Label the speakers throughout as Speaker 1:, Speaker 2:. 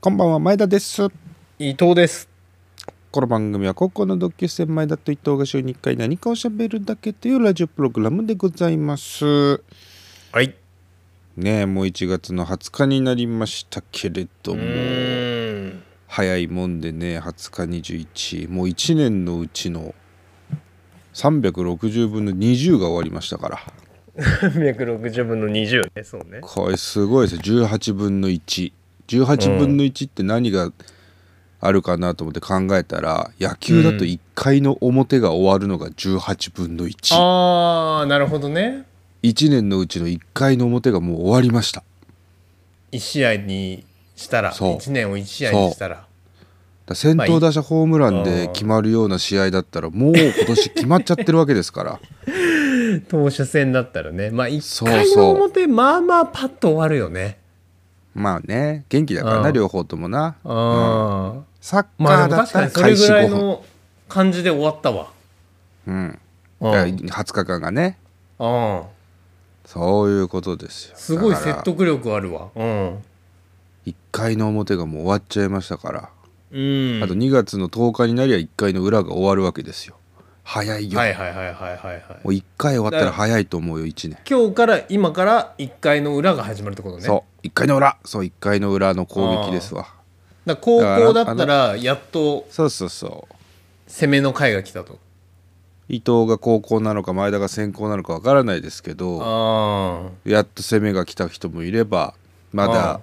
Speaker 1: こんばんは前田です
Speaker 2: 伊藤です
Speaker 1: この番組は高校の同級生前田と伊藤が週に1回何かをしゃべるだけというラジオプログラムでございます
Speaker 2: はい
Speaker 1: ねえもう1月の20日になりましたけれど
Speaker 2: う
Speaker 1: も
Speaker 2: ーん
Speaker 1: 早いもんでね20日21もう1年のうちの360分の20が終わりましたから
Speaker 2: 360分の20ねそうね
Speaker 1: これすごいですよ18分の118分の1って何があるかなと思って考えたら、野球だと1回の表が終わるのが18分の11
Speaker 2: ああなるほどね
Speaker 1: 年のうちの1回の表がもう終わりました
Speaker 2: 1試合にしたら
Speaker 1: そう
Speaker 2: 1年を1試合にしたら
Speaker 1: だから先頭打者ホームランで
Speaker 2: うん
Speaker 1: 決まるような試合だったらもう今年決まっちゃってるわけですから
Speaker 2: 投手戦だったらねまあ1
Speaker 1: そう
Speaker 2: 回の
Speaker 1: そう
Speaker 2: 表まあまあパッと終わるよね
Speaker 1: まあね元気だからな
Speaker 2: うん
Speaker 1: 両方ともな
Speaker 2: あ
Speaker 1: サッ
Speaker 2: あま
Speaker 1: カー
Speaker 2: あで
Speaker 1: だ
Speaker 2: も
Speaker 1: っ
Speaker 2: 確か
Speaker 1: たら
Speaker 2: に
Speaker 1: 開始
Speaker 2: それぐらい
Speaker 1: 5分、
Speaker 2: の感じで終わったわ
Speaker 1: うん、
Speaker 2: う
Speaker 1: だから
Speaker 2: ん
Speaker 1: 20日間がね
Speaker 2: うん
Speaker 1: そういうことですよ
Speaker 2: すごい
Speaker 1: だから
Speaker 2: 説得力あるわうん
Speaker 1: 1回の表がもう終わっちゃいましたから、
Speaker 2: うん
Speaker 1: あと2月の10日になりゃ1回の裏が終わるわけですよ早いよ、
Speaker 2: はいはいはいはいはいはい
Speaker 1: もう1回終わったら早いと思うよ1年
Speaker 2: 今日から今から1回の裏が始まるってことね
Speaker 1: そう1回の裏そう1回の裏の攻撃ですわ
Speaker 2: だから高校だったらやっと
Speaker 1: そうそうそう
Speaker 2: 攻めの回が来たと
Speaker 1: 伊藤が高校なのか前田が先行なのかわからないですけど
Speaker 2: あ
Speaker 1: やっと攻めが来た人もいればま
Speaker 2: あ
Speaker 1: だ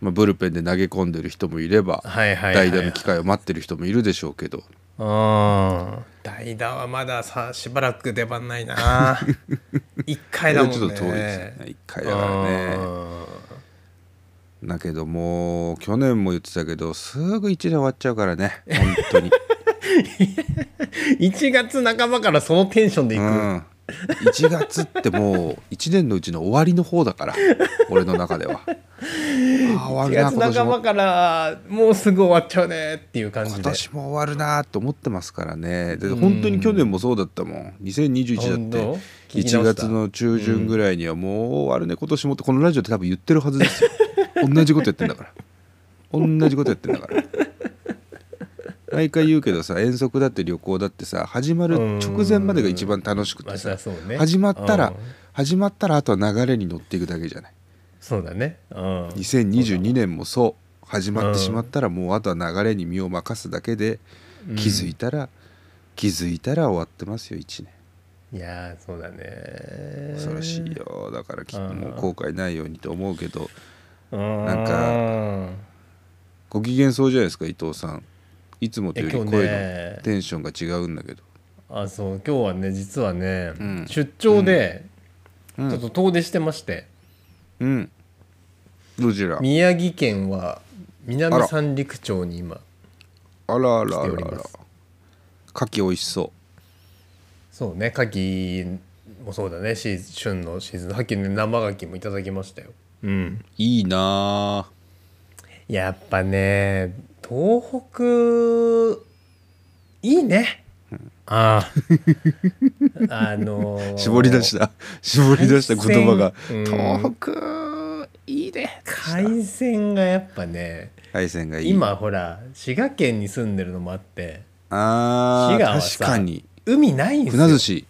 Speaker 1: まあ、ブルペンで投げ込んでる人もいれば
Speaker 2: あはいはいは
Speaker 1: 代
Speaker 2: い、は
Speaker 1: 打
Speaker 2: い
Speaker 1: の、機会を待ってる人もいるでしょうけど
Speaker 2: ああ代打はまださしばらく出番ない な1回だもんね
Speaker 1: ちょっと遠いですね1回だからね
Speaker 2: あ
Speaker 1: だけどもう去年も言ってたけどすぐ1年終わっちゃうからね本当に、
Speaker 2: ー1月半ばからそのテンションでいうく、
Speaker 1: ん、1月ってもう1年のうちの終わりの方だから俺の中 ではあー
Speaker 2: 1
Speaker 1: 終わるな今
Speaker 2: 月
Speaker 1: 年
Speaker 2: 半ば
Speaker 1: も
Speaker 2: からもうすぐ終わっちゃうねっていう感じで
Speaker 1: 今年も終わるなと思ってますからねで本当に去年もそうだったもん2021だっ
Speaker 2: 本
Speaker 1: て
Speaker 2: 当聞き直
Speaker 1: 1
Speaker 2: した
Speaker 1: 月の中旬ぐらいにはもう終わるね今年もってこのラジオって多分言ってるはず ですよ同じことやってんだから同じことやってんだから毎回言うけどさ遠足だって旅行だってさ始まる直前までが一番楽しく
Speaker 2: ま
Speaker 1: て
Speaker 2: あそり
Speaker 1: さ
Speaker 2: ゃそうね
Speaker 1: 始まった
Speaker 2: う
Speaker 1: ら
Speaker 2: ん
Speaker 1: 始まったらあとは流れに乗っていくだけじゃない
Speaker 2: そうだねうん
Speaker 1: 2022年もそう始まってしまったらもうあとは流れに身を任すだけで気づいたら、気づいたら終わってますよ1年
Speaker 2: いやーそうだね
Speaker 1: 恐ろしいよだからきもう後悔ないようにと思うけど
Speaker 2: なん
Speaker 1: かご機嫌そうじゃないですか伊藤さんいつもとより
Speaker 2: いや
Speaker 1: 声の
Speaker 2: 今日ね
Speaker 1: テンションが違うんだけど、
Speaker 2: あそう今日はね実はね、
Speaker 1: ん
Speaker 2: 出張でち
Speaker 1: うん
Speaker 2: ょっと遠出してまして、
Speaker 1: うんどちら
Speaker 2: 宮城県
Speaker 1: あ
Speaker 2: は南
Speaker 1: ら
Speaker 2: 三陸町に今
Speaker 1: あらあら
Speaker 2: 来
Speaker 1: あ
Speaker 2: て
Speaker 1: ら
Speaker 2: おり
Speaker 1: あ
Speaker 2: ま
Speaker 1: ら
Speaker 2: す
Speaker 1: 牡蠣美味しそ
Speaker 2: そうね牡蠣もそうだねシーズン旬のシーズンさっきね生牡蠣もいただきましたよ、うん、
Speaker 1: ういいなあ
Speaker 2: やっぱね東北いいねあああのー
Speaker 1: 絞り出した絞り出した言葉が
Speaker 2: 海鮮うん
Speaker 1: 東北いいね
Speaker 2: 海鮮がやっぱね
Speaker 1: 海鮮がいい
Speaker 2: 今ほら滋賀県に住んでるのもあって
Speaker 1: あ
Speaker 2: 滋賀は
Speaker 1: ー確
Speaker 2: さ
Speaker 1: かに
Speaker 2: 海ないんですよ
Speaker 1: 船寿司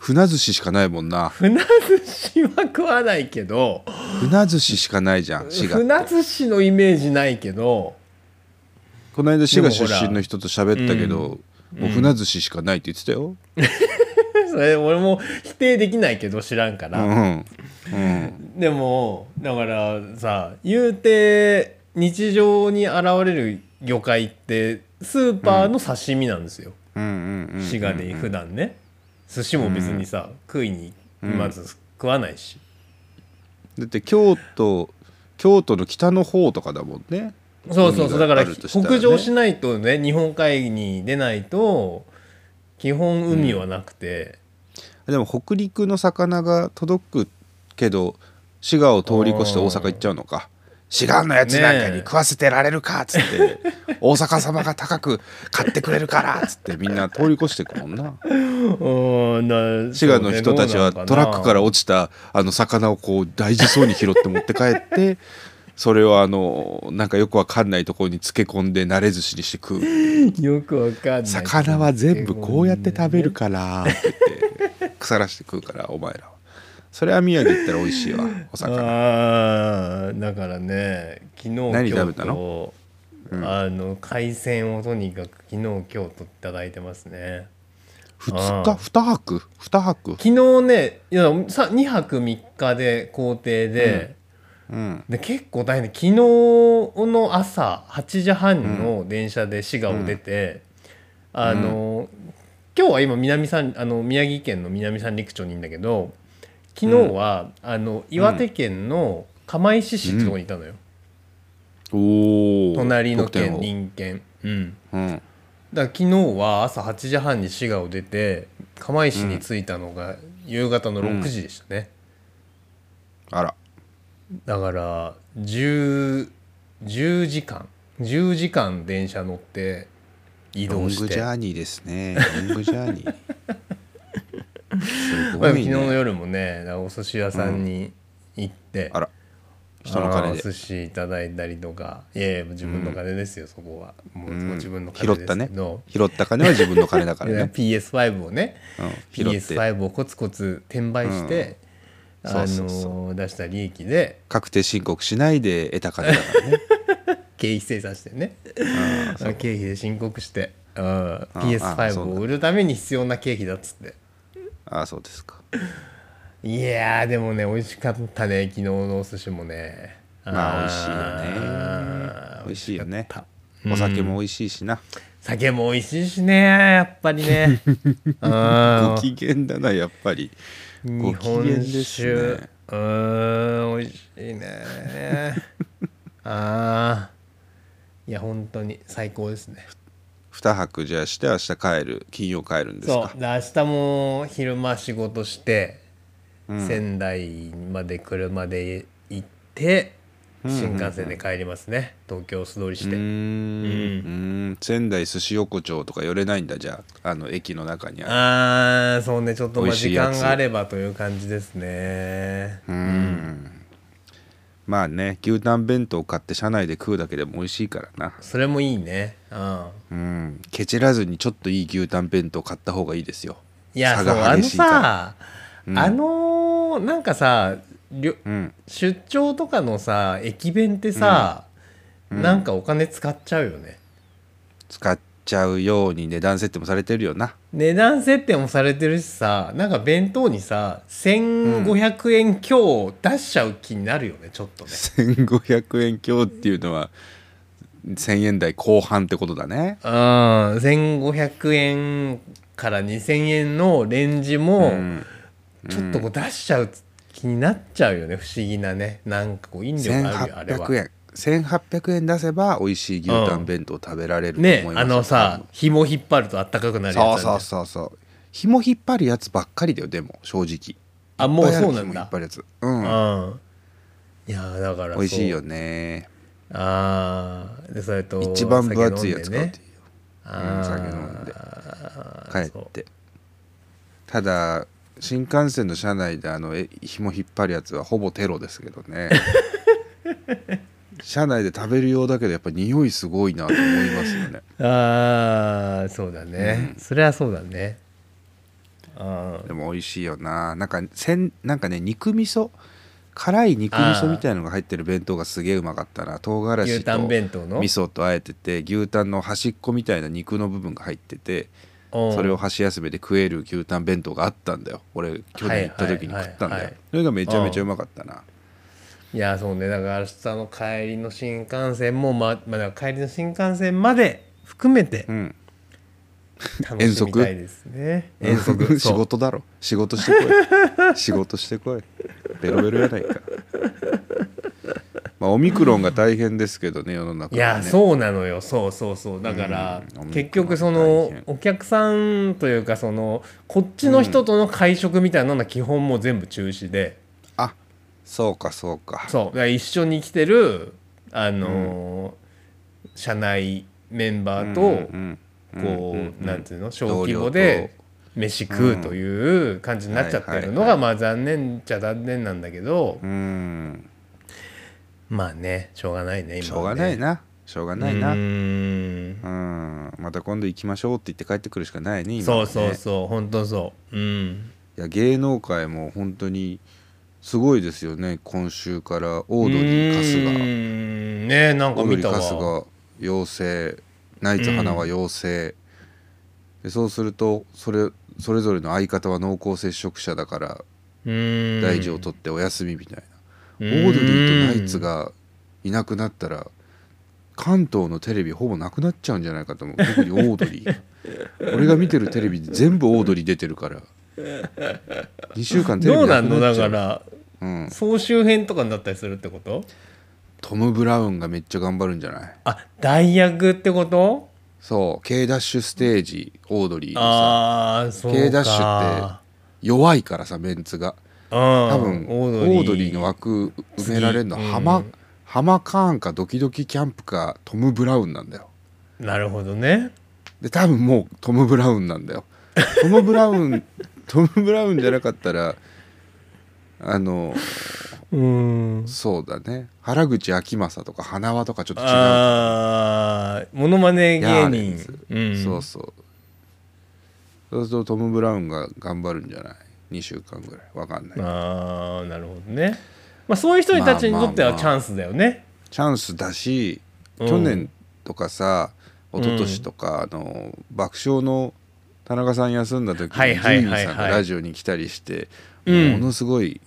Speaker 1: 船寿司しかないもんな
Speaker 2: 船寿司は食わないけど
Speaker 1: 船寿司しかないじゃん滋賀
Speaker 2: 船寿司のイメージないけど
Speaker 1: この間滋賀出
Speaker 2: でもほ
Speaker 1: 身
Speaker 2: ら
Speaker 1: の人と喋ったけど、もう船寿司しかないって言ってたよ
Speaker 2: それ俺も否定できないけど知らんか
Speaker 1: う
Speaker 2: ら、
Speaker 1: ん、うん、
Speaker 2: でもだからさ言うて日常に現れる魚介ってスーパーの刺身なんですよ、
Speaker 1: うんうんうん
Speaker 2: 滋賀で普段ね寿司も別にさ、食いにまず食わないし、
Speaker 1: だって京都京都の北の方とかだもんね
Speaker 2: そうそうそ
Speaker 1: 海
Speaker 2: うだ
Speaker 1: が
Speaker 2: から
Speaker 1: あるとしたらね
Speaker 2: 北上しないとね日本海に出ないと基本海はなくて、
Speaker 1: でも北陸の魚が届くけど滋賀を通り越して大阪行っちゃうのか滋賀のやつなんかに食わせてられるかっつって、大阪様が高く買ってくれるからっつってみんな通り越してくもんな
Speaker 2: うーんな
Speaker 1: 滋賀の人たちは
Speaker 2: そうね
Speaker 1: トラックから
Speaker 2: どうなの
Speaker 1: 落ちたあの魚をこう大事そうに拾って持って帰ってそれをあのなんかよくわかんないところに漬け込んで慣れ寿司にして食う
Speaker 2: よくわかんない
Speaker 1: 魚は全部こうやって食べるからって言って 腐らして食うからお前らはそれは宮城行ったら美味しいわお魚
Speaker 2: あーだからね昨日
Speaker 1: 何食べた
Speaker 2: のあの海鮮をとにかく昨日今日といただいてますね
Speaker 1: 2日2泊2泊
Speaker 2: 昨日ねいやさ2泊3日で工程で、
Speaker 1: うん
Speaker 2: で結構大変で昨日の朝8時半の電車で滋賀を出て、あの、今日は今南三あの宮城県の南三陸町にいるんだけど昨日は、あの岩手県の釜石市ってとこにいたのよ、
Speaker 1: おお
Speaker 2: 隣の県隣県うん
Speaker 1: うん
Speaker 2: だから昨日は朝8時半に滋賀を出て釜石に着いたのが夕方の6時でしたね、
Speaker 1: あら
Speaker 2: だから 10, 10時間10時間電車乗って移
Speaker 1: ロン
Speaker 2: 動
Speaker 1: グ
Speaker 2: し
Speaker 1: ジ
Speaker 2: て、
Speaker 1: ャーニーですねロングジャーニーす
Speaker 2: ま
Speaker 1: ご
Speaker 2: あ
Speaker 1: い
Speaker 2: 昨
Speaker 1: ね
Speaker 2: 日の夜もねだからお寿司屋さんに行って、
Speaker 1: あら人の
Speaker 2: あー
Speaker 1: 金
Speaker 2: お
Speaker 1: で
Speaker 2: 寿司いただいたりとかいやいや自分の金ですよ、そこはもう
Speaker 1: うん
Speaker 2: 自分の
Speaker 1: 拾
Speaker 2: 金
Speaker 1: っ
Speaker 2: で
Speaker 1: た
Speaker 2: すけ
Speaker 1: ね
Speaker 2: ど、
Speaker 1: 拾った金は自分の金だから
Speaker 2: いや
Speaker 1: ね
Speaker 2: PS5 をね
Speaker 1: うん拾って
Speaker 2: PS5 をコツコツ転売して、
Speaker 1: うん
Speaker 2: あのー
Speaker 1: そうそうそ
Speaker 2: 出した利益で
Speaker 1: 確定申告しないで得た金だからね
Speaker 2: 経費精算してね
Speaker 1: うん
Speaker 2: 経費で申告して、うん、
Speaker 1: あそ
Speaker 2: PS5
Speaker 1: う
Speaker 2: を
Speaker 1: だ
Speaker 2: 売るために必要な経費だっつって
Speaker 1: ああそうですか
Speaker 2: いやーでもね美味しかったね昨日のお寿司もね
Speaker 1: まあ
Speaker 2: あー
Speaker 1: 美味しいよね
Speaker 2: 美味しかった
Speaker 1: お酒も美味しいしな
Speaker 2: 酒も美味しいしねやっぱ りねうん
Speaker 1: ご機嫌だなやっぱりご
Speaker 2: 日
Speaker 1: 機嫌
Speaker 2: 本
Speaker 1: です
Speaker 2: 酒、
Speaker 1: ね
Speaker 2: うーん美味しい ねああいや本当に最高ですね
Speaker 1: 2泊じゃあして明日帰る金曜帰るんです
Speaker 2: そ
Speaker 1: か
Speaker 2: うで明日も昼間仕事して、仙台まで車で行って、新幹線で帰りますね東京素通りし
Speaker 1: う
Speaker 2: て、
Speaker 1: ーんうーん仙台寿司横丁とか寄れないんだじゃああの駅の中にある
Speaker 2: ああそうねちょっとま
Speaker 1: 美
Speaker 2: あ
Speaker 1: 味しい
Speaker 2: 時
Speaker 1: や
Speaker 2: 間
Speaker 1: つ
Speaker 2: があればという感じですね
Speaker 1: まあね牛タン弁当買って車内で食うだけでも美味しいからな
Speaker 2: それもいいねうん
Speaker 1: うんケチらずにちょっといい牛タン弁当買った方がいいですよ
Speaker 2: いや
Speaker 1: 差
Speaker 2: そう
Speaker 1: が
Speaker 2: あの
Speaker 1: 激しいから
Speaker 2: さ、あのーなんかさりょ
Speaker 1: うん
Speaker 2: 出張とかのさ駅弁ってさ、なんかお金使っちゃうよね
Speaker 1: 使っちゃうように値段設定もされてるよな
Speaker 2: 値段設定もされてるしさなんか弁当にさ1500円強出しちゃう気になるよねちょっとね
Speaker 1: 1500円強っていうのは1000円台後半ってことだね
Speaker 2: うん1500円から2000円のレンジも
Speaker 1: ん
Speaker 2: ちょっとこう出しちゃう気になっちゃうよね不思議なねなんかこう引力あるよあれは
Speaker 1: 1800円1800円出せば美味しい牛タン弁当食べられると思い
Speaker 2: ね
Speaker 1: ますよ
Speaker 2: あのさ紐引っ張るとあったかくなるやつあ
Speaker 1: そう
Speaker 2: るじゃ
Speaker 1: そ
Speaker 2: ん
Speaker 1: うそうそう紐引っ張るやつばっかりだよでも正直
Speaker 2: あもうそうな
Speaker 1: 紐
Speaker 2: ん
Speaker 1: 引っ
Speaker 2: だ
Speaker 1: 張るやつうん
Speaker 2: うんいやーだからそう
Speaker 1: 美味しいよね
Speaker 2: ああでそれと
Speaker 1: 一番分厚いやつ買うっていう
Speaker 2: あー
Speaker 1: 酒飲んで帰
Speaker 2: そう
Speaker 1: ってただ新幹線の車内であのえ紐引っ張るやつはほぼテロですけどね車内で食べるようだけどやっぱ匂いすごいなと思いますよね
Speaker 2: ああそうだね、それはそうだねあ
Speaker 1: でも美味しいよななんかせんなんかね肉味噌辛い肉味噌みたいのが入ってる弁当がすげえうまかったな唐
Speaker 2: ー
Speaker 1: 辛
Speaker 2: 牛
Speaker 1: 子
Speaker 2: タ
Speaker 1: と
Speaker 2: ン
Speaker 1: 味
Speaker 2: 弁当の
Speaker 1: 噌とあえてて牛タンの端っこみたいな肉の部分が入ってて
Speaker 2: うん
Speaker 1: それを箸休めで食える牛タン弁当があったんだよ俺去年行った時に食ったん
Speaker 2: はいは
Speaker 1: だ
Speaker 2: いはいは
Speaker 1: よ
Speaker 2: い
Speaker 1: それがめちゃめちゃうまかったない
Speaker 2: やそうねだから明日の帰りの新幹線もままあだから帰りの新幹線まで含めて
Speaker 1: うん
Speaker 2: 楽しみたいですね遠 足
Speaker 1: 仕
Speaker 2: そう
Speaker 1: 事だろ仕事してこい 仕事してこいベロベロやないかまあオミクロンが大変ですけどね世の中
Speaker 2: いや、
Speaker 1: はね
Speaker 2: そうなのよそうそうそうだから、
Speaker 1: うん
Speaker 2: 結局そ
Speaker 1: 大
Speaker 2: の
Speaker 1: 変
Speaker 2: お客さんというかそのこっちの人との会食みたいなのは基本もう全部中止で、
Speaker 1: あそうかそうか
Speaker 2: そうだから一緒に来てるあのー、社内メンバーと、
Speaker 1: うんうん
Speaker 2: こう、
Speaker 1: んん
Speaker 2: なんていうの小
Speaker 1: 同僚と
Speaker 2: 規模で飯食うという感じになっちゃって
Speaker 1: は
Speaker 2: るの
Speaker 1: いはいは
Speaker 2: が
Speaker 1: い
Speaker 2: まあ残念っちゃ残念なんだけど、
Speaker 1: うん
Speaker 2: まあねしょうがないね今
Speaker 1: しょうが
Speaker 2: はね
Speaker 1: ないなしょうがないうなうん
Speaker 2: ーん
Speaker 1: また今度行きましょうって言って帰ってくるしかないね今は
Speaker 2: そ
Speaker 1: ね
Speaker 2: うそうそう本当そううん
Speaker 1: いや芸能界も本当にすごいですよね今週からオードリー
Speaker 2: う
Speaker 1: 春日
Speaker 2: ーんねなん
Speaker 1: オ
Speaker 2: か
Speaker 1: ード
Speaker 2: 見
Speaker 1: リ
Speaker 2: た
Speaker 1: ー
Speaker 2: わ
Speaker 1: 春日妖精ナイツ花は妖精、でそうするとそれそれぞれの相方は濃厚接触者だから
Speaker 2: うーん
Speaker 1: 大事を取ってお休みみたいな、
Speaker 2: オ
Speaker 1: オードリーとナイツがいなくなったら関東のテレビほぼなくなっちゃうんじゃないかと思う特にオードリ ー俺が見てるテレビで全部オードリー出てるから2週間テレ
Speaker 2: ど
Speaker 1: ビ
Speaker 2: う
Speaker 1: な
Speaker 2: な
Speaker 1: く
Speaker 2: んの
Speaker 1: なっ
Speaker 2: だ
Speaker 1: ちゃ
Speaker 2: か
Speaker 1: う
Speaker 2: ら
Speaker 1: うん、
Speaker 2: 総集編とかになったりするってこと
Speaker 1: トム・ブラウンがめっちゃ頑張るんじゃない
Speaker 2: あ代役ってこと
Speaker 1: そう K ダッシュステージオードリーのさ
Speaker 2: ああそうか
Speaker 1: K ダッシュって弱いからさメンツが
Speaker 2: 多
Speaker 1: 多分オードリーの枠埋められるのは
Speaker 2: 次う
Speaker 1: 浜
Speaker 2: ん
Speaker 1: 浜カーンかドキドキキャンプかトム・ブラウンなんだよ
Speaker 2: なるほどね
Speaker 1: で多分もうトム・ブラウンなんだよ トム・ブラウントム・ブラウンじゃなかったらあの
Speaker 2: うん
Speaker 1: そうだね原口あきまさとか花輪とかちょっと違う
Speaker 2: ああモノマネ芸
Speaker 1: ヤーレン
Speaker 2: 人
Speaker 1: ズ
Speaker 2: うん
Speaker 1: そうそうそうするとトム・ブラウンが頑張るんじゃない2週間ぐらいわかんない
Speaker 2: ああなるほどねまあそういう人たちにとって
Speaker 1: まあまあま
Speaker 2: は
Speaker 1: あ
Speaker 2: チャンスだよね
Speaker 1: チャンスだし
Speaker 2: うん
Speaker 1: 去年とかさ、一昨年とか、あの爆笑の田中さん休んだ時に
Speaker 2: はいはいはいはい
Speaker 1: ジーニーさんがラジオに来たりして、
Speaker 2: うん
Speaker 1: ものすごい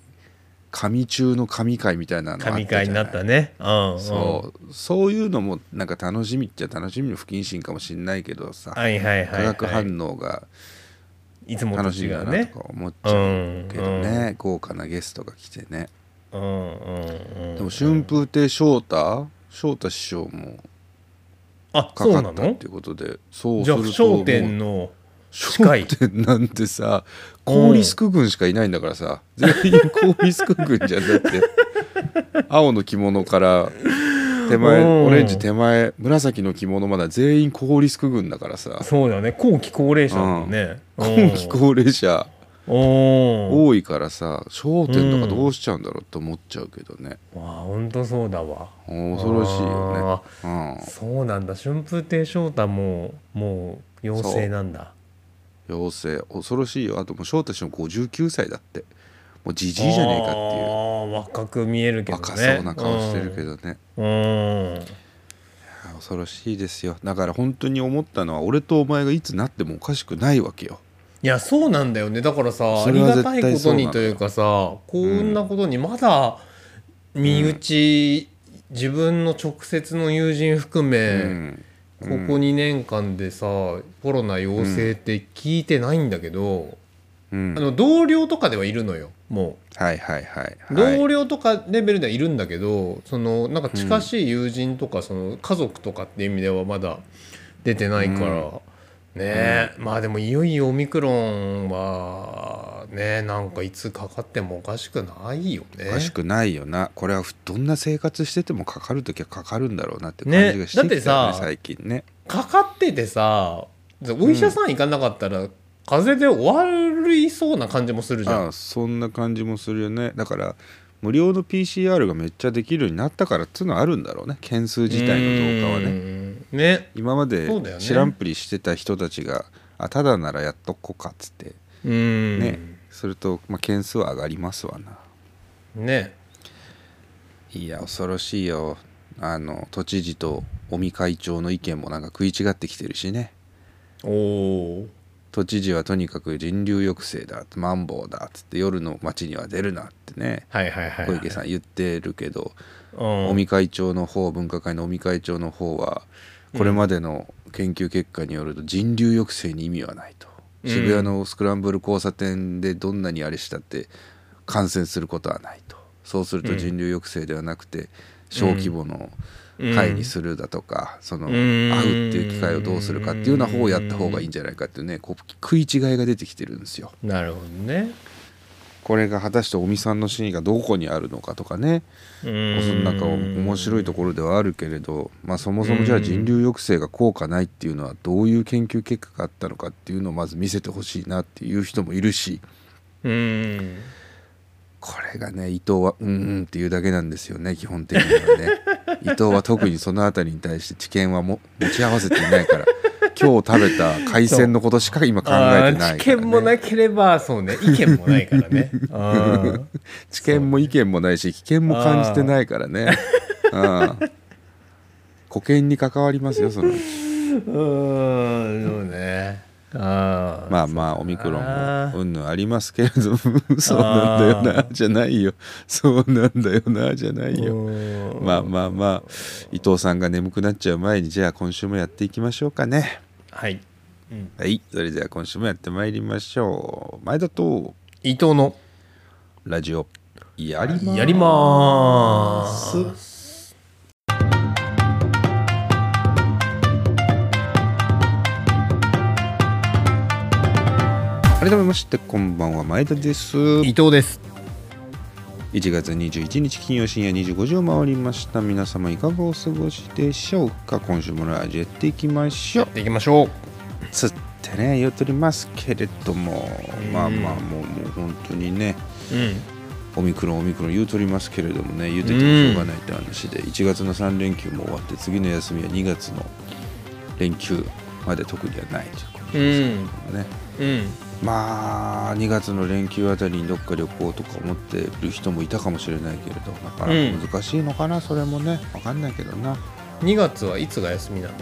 Speaker 1: 神中の神回みたいなのがあった
Speaker 2: 神
Speaker 1: じゃない
Speaker 2: 回になったねうん
Speaker 1: そうそういうのもなんか楽しみっちゃ楽しみの不謹慎かもしんないけどさ、
Speaker 2: うんはいはいはい
Speaker 1: 化
Speaker 2: はい
Speaker 1: 学反応が
Speaker 2: いつもと
Speaker 1: 楽しみ
Speaker 2: 違
Speaker 1: だ
Speaker 2: う
Speaker 1: な
Speaker 2: ね
Speaker 1: とか思っち
Speaker 2: う
Speaker 1: ゃうんけどね、豪華なゲストが来てね
Speaker 2: うんうんうん
Speaker 1: でも春風亭昇太昇太師匠も
Speaker 2: あ
Speaker 1: か
Speaker 2: そう
Speaker 1: か
Speaker 2: な
Speaker 1: ったっ
Speaker 2: の
Speaker 1: ていうことでそう
Speaker 2: じ
Speaker 1: す
Speaker 2: ゃあ
Speaker 1: る
Speaker 2: 『
Speaker 1: と
Speaker 2: 笑点』の近い
Speaker 1: 笑点なんてさ高リスク軍しかいないんだからさ全員高リスク軍じゃんだって 青の着物から手前
Speaker 2: うん
Speaker 1: オレンジ手前紫の着物まだ全員高リスク軍だからさ
Speaker 2: そうだよね後期高齢者だもんねうん
Speaker 1: 今期高齢者
Speaker 2: おお
Speaker 1: 多いからさ『笑点』とかどうしちゃうんだろうって思っちゃうけどね
Speaker 2: わあほんとそうだわ
Speaker 1: 恐ろしいよ
Speaker 2: あ
Speaker 1: ね
Speaker 2: ーそうなんだ春風亭昇太ももう妖精なんだ
Speaker 1: うん妖精恐ろしいよあともう翔太氏も59歳だってもうじじいじゃねえかっていう
Speaker 2: あー若く見えるけどね
Speaker 1: 若そうな顔してるけどね、
Speaker 2: うんうん
Speaker 1: 恐ろしいですよだから本当に思ったのは俺とお前がいつなってもおかしくないわけよ
Speaker 2: いやそうなんだよねだからさあ
Speaker 1: それ
Speaker 2: り
Speaker 1: は
Speaker 2: がた
Speaker 1: 絶
Speaker 2: いこ
Speaker 1: 対そう
Speaker 2: と
Speaker 1: なんだよ
Speaker 2: にというかさ幸運なことにまだ身内、自分の直接の友人含
Speaker 1: う
Speaker 2: め、
Speaker 1: ん
Speaker 2: ここ2年間でさコロナ陽性って聞いてないんだけど、
Speaker 1: うん
Speaker 2: あの同僚とかではいるのよも
Speaker 1: はいはいはい、
Speaker 2: う、
Speaker 1: はい
Speaker 2: 同僚とかレベルではいるんだけどそのなんか近しい友人とか、その家族とかっていう意味ではまだ出てないから、
Speaker 1: うん
Speaker 2: ねえ、まあでもいよいよオミクロンはねなんかいつかかってもおかしくないよね。
Speaker 1: おかしくないよなこれはふどんな生活しててもかかる時はかかるんだろうなって
Speaker 2: ね
Speaker 1: 感じがしてきたよね
Speaker 2: だってさ
Speaker 1: 最近ね
Speaker 2: かかっててさお医者さん行かなかったら、風邪で終わりそうな感じもするじゃん
Speaker 1: ああそんな感じもするよねだから無料の PCR がめっちゃできるようになったからっつうのはあるんだろうね件数自体の増加はね
Speaker 2: ね。ね。
Speaker 1: 今まで
Speaker 2: そうだよね
Speaker 1: 知らんぷりしてた人たちが、あただならやっとこうかっつって
Speaker 2: うん。
Speaker 1: ね、すると、まあ、件数は上がりますわな
Speaker 2: ね。
Speaker 1: いや恐ろしいよあの都知事と尾身会長の意見もなんか食い違ってきてるしね
Speaker 2: おお。
Speaker 1: 都知事はとにかく人流抑制だマンボウだっつって夜の街には出るなってね
Speaker 2: はいはいはい。
Speaker 1: 小池さん言ってるけど
Speaker 2: うん。
Speaker 1: 尾身会長の方分科会の尾身会長の方はこれまでの研究結果によると人流抑制に意味はないと、
Speaker 2: うん
Speaker 1: 渋谷のスクランブル交差点でどんなにあれしたって感染することはないとそうすると人流抑制ではなくて小規模の会にするだとか、その
Speaker 2: うん
Speaker 1: 会うっていう機会をどうするかっていうような方をやった方がいいんじゃないかっていうねこう食い違いが出てきてるんですよ。
Speaker 2: なるほどね。
Speaker 1: これが果たして尾身さんの真意がどこにあるのかとかね
Speaker 2: うん
Speaker 1: その中面白いところではあるけれど、まあ、そもそもじゃあ人流抑制が効果ないっていうのはどういう研究結果があったのかっていうのをまず見せてほしいなっていう人もいるし
Speaker 2: うん。
Speaker 1: これがね伊藤はうんうんっていうだけなんですよね基本的に はね伊藤は特にそのあたりに対して知見はも持ち合わせていないから今日食べた海鮮のことしか今考えてないから、ね、
Speaker 2: 知見もなければそうね意見もないか らねうん
Speaker 1: 知見も意見もないし危険も感じてないからねうん保険に関わりますよその
Speaker 2: うんそうねあ
Speaker 1: まあまあオミクロンもうんぬんありますけれどもそうなんだよなじゃないよそうなんだよなじゃないよまあまあまあ伊藤さんが眠くなっちゃう前にじゃあ今週もやっていきましょうかね
Speaker 2: はい、うん、
Speaker 1: はいそれでは今週もやってまいりましょう前田と
Speaker 2: 伊藤の
Speaker 1: ラジオやりま
Speaker 2: やりまーす
Speaker 1: 改めましてこんばんは前田です
Speaker 2: 伊藤です
Speaker 1: 1月21日金曜深夜25時を回りました皆様いかがお過ごしでしょうか今週もラジオやっていきましょう
Speaker 2: 行きましょう
Speaker 1: つってね言うとりますけれどもまあまあもうもう本当にね
Speaker 2: う
Speaker 1: オミクロンオミクロン言うとりますけれどもね言うててもしょうがないって話で1月の3連休も終わって次の休みは2月の連休まで特にはないということですけどもね
Speaker 2: んうん
Speaker 1: まあ2月の連休あたりにどっか旅行とか思ってる人もいたかもしれないけれどなかなか難しいのかな、それもね分かんないけどな
Speaker 2: 2月はいつが休みなの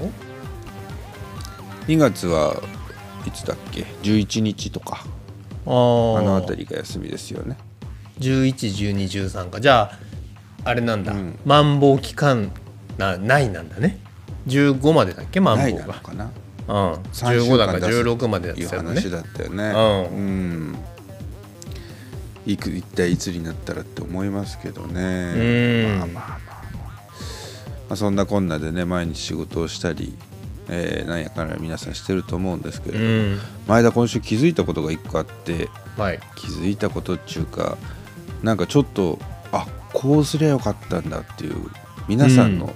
Speaker 1: 2月はいつだっけ11日とかあ
Speaker 2: あ
Speaker 1: のあたりが休みですよね
Speaker 2: 111213かじゃああれなんだ、
Speaker 1: うん
Speaker 2: マンボウ期間なないなんだね15までだっけマンボ
Speaker 1: な
Speaker 2: ウ
Speaker 1: いなの
Speaker 2: が
Speaker 1: かな
Speaker 2: うん、
Speaker 1: 三週
Speaker 2: 15
Speaker 1: 間
Speaker 2: だか
Speaker 1: 出す
Speaker 2: 16までだっ
Speaker 1: いう
Speaker 2: たよね
Speaker 1: 話だったよね
Speaker 2: うん
Speaker 1: うんいく一体いつになったらって思いますけどねま
Speaker 2: うん
Speaker 1: あまあまあまあそんなこんなでね毎日仕事をしたり、えーなんやかんや皆さんしてると思うんですけれ
Speaker 2: う
Speaker 1: ど、
Speaker 2: ん
Speaker 1: 前田今週気づいたことが一個あって
Speaker 2: はい
Speaker 1: 気づいたことっちゅうかなんかちょっとあこうすりゃよかったんだっていう皆さん
Speaker 2: うん
Speaker 1: の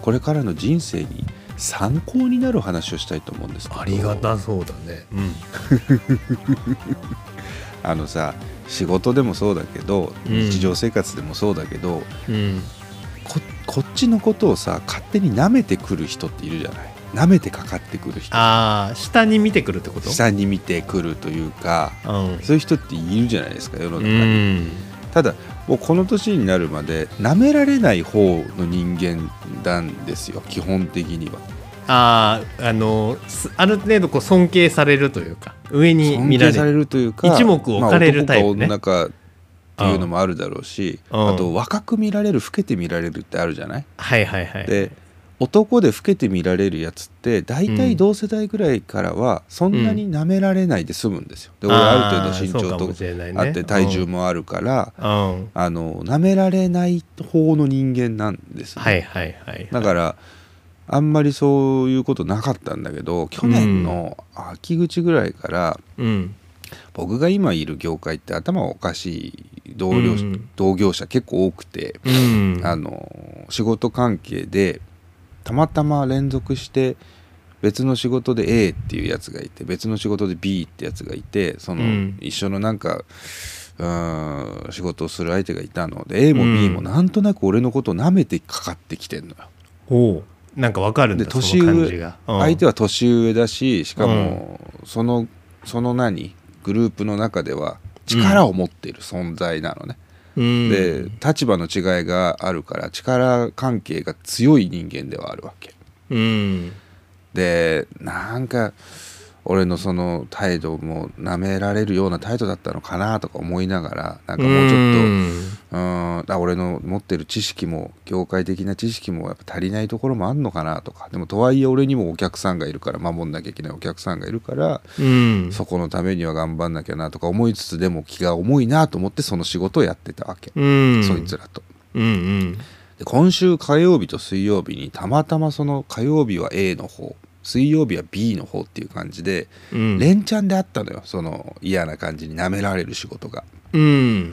Speaker 1: これからの人生に参考になる話をしたいと思うんですけど
Speaker 2: ありがたそうだねうん
Speaker 1: あのさ仕事でもそうだけど
Speaker 2: うん
Speaker 1: 日常生活でもそうだけど、
Speaker 2: うん
Speaker 1: ここっちのことをさ勝手に舐めてくる人っているじゃない舐めてかかってくる人
Speaker 2: ああ下に見てくるってこと
Speaker 1: 下に見てくるというか
Speaker 2: うん
Speaker 1: そういう人っているじゃないですか世の
Speaker 2: う
Speaker 1: 中に。
Speaker 2: ん
Speaker 1: ただもうこの年になるまで舐められない方の人間なんですよ基本的には
Speaker 2: あああのすある程度こう尊敬されるというか上に
Speaker 1: 尊
Speaker 2: 見ら
Speaker 1: 敬
Speaker 2: れ
Speaker 1: され
Speaker 2: る
Speaker 1: るというか
Speaker 2: 一目置かれるタイプね
Speaker 1: まあ、男か女かっていうのもあるだろうし
Speaker 2: うん
Speaker 1: あと若く見られる老けて見られるってあるじゃない
Speaker 2: はいはいはい
Speaker 1: で男で老けて見られるやつって大
Speaker 2: う
Speaker 1: 体
Speaker 2: ん
Speaker 1: 同世代ぐらいからはそんなに舐められないで済むんですよ。で俺
Speaker 2: あ
Speaker 1: あ
Speaker 2: ー
Speaker 1: る程度身長
Speaker 2: そうかもしれない
Speaker 1: と
Speaker 2: ね
Speaker 1: あって体重もあるから、
Speaker 2: うん
Speaker 1: あの舐められない方の人間なんですね、
Speaker 2: はいはいはい
Speaker 1: だからあんまりそういうことなかったんだけど去年の秋口ぐらいから、
Speaker 2: うん
Speaker 1: 僕が今いる業界って頭おかしい同僚、
Speaker 2: うん
Speaker 1: 同業者結構多くて、
Speaker 2: うん
Speaker 1: あの仕事関係でたまたま連続して別の仕事で A っていうやつがいて別の仕事で B ってやつがいてその、
Speaker 2: うん
Speaker 1: 一緒のなんかうーん仕事をする相手がいたので A も
Speaker 2: うん
Speaker 1: B もなんとなく俺のことを舐めてかかってきてんのよ。
Speaker 2: おうなんかわかるんだ
Speaker 1: で
Speaker 2: その
Speaker 1: 年上
Speaker 2: 感じがうん
Speaker 1: 相手は年上だししかもそのその何グループの中では力を持っている存在なのね、
Speaker 2: うん
Speaker 1: で立場の違いがあるから力関係が強い人間ではあるわけ
Speaker 2: うん
Speaker 1: でなんか俺のその態度も舐められるような態度だったのかなとか思いながらなんかもうちょっとうーんあ俺の持ってる知識も業界的な知識もやっぱ足りないところもあんのかなとかでもとはいえ俺にもお客さんがいるから守んなきゃいけないお客さんがいるから、
Speaker 2: とうん
Speaker 1: そこのためには頑張んなきゃなとか思いつつでも気が重いなと思ってその仕事をやってたわけ、
Speaker 2: うん
Speaker 1: そいつらと。
Speaker 2: うんうん
Speaker 1: で今週火曜日と水曜日にたまたまその火曜日は A の方水曜日は B の方っていう感じで、
Speaker 2: うん
Speaker 1: 連チャンであったのよその嫌な感じに舐められる仕事が。
Speaker 2: うん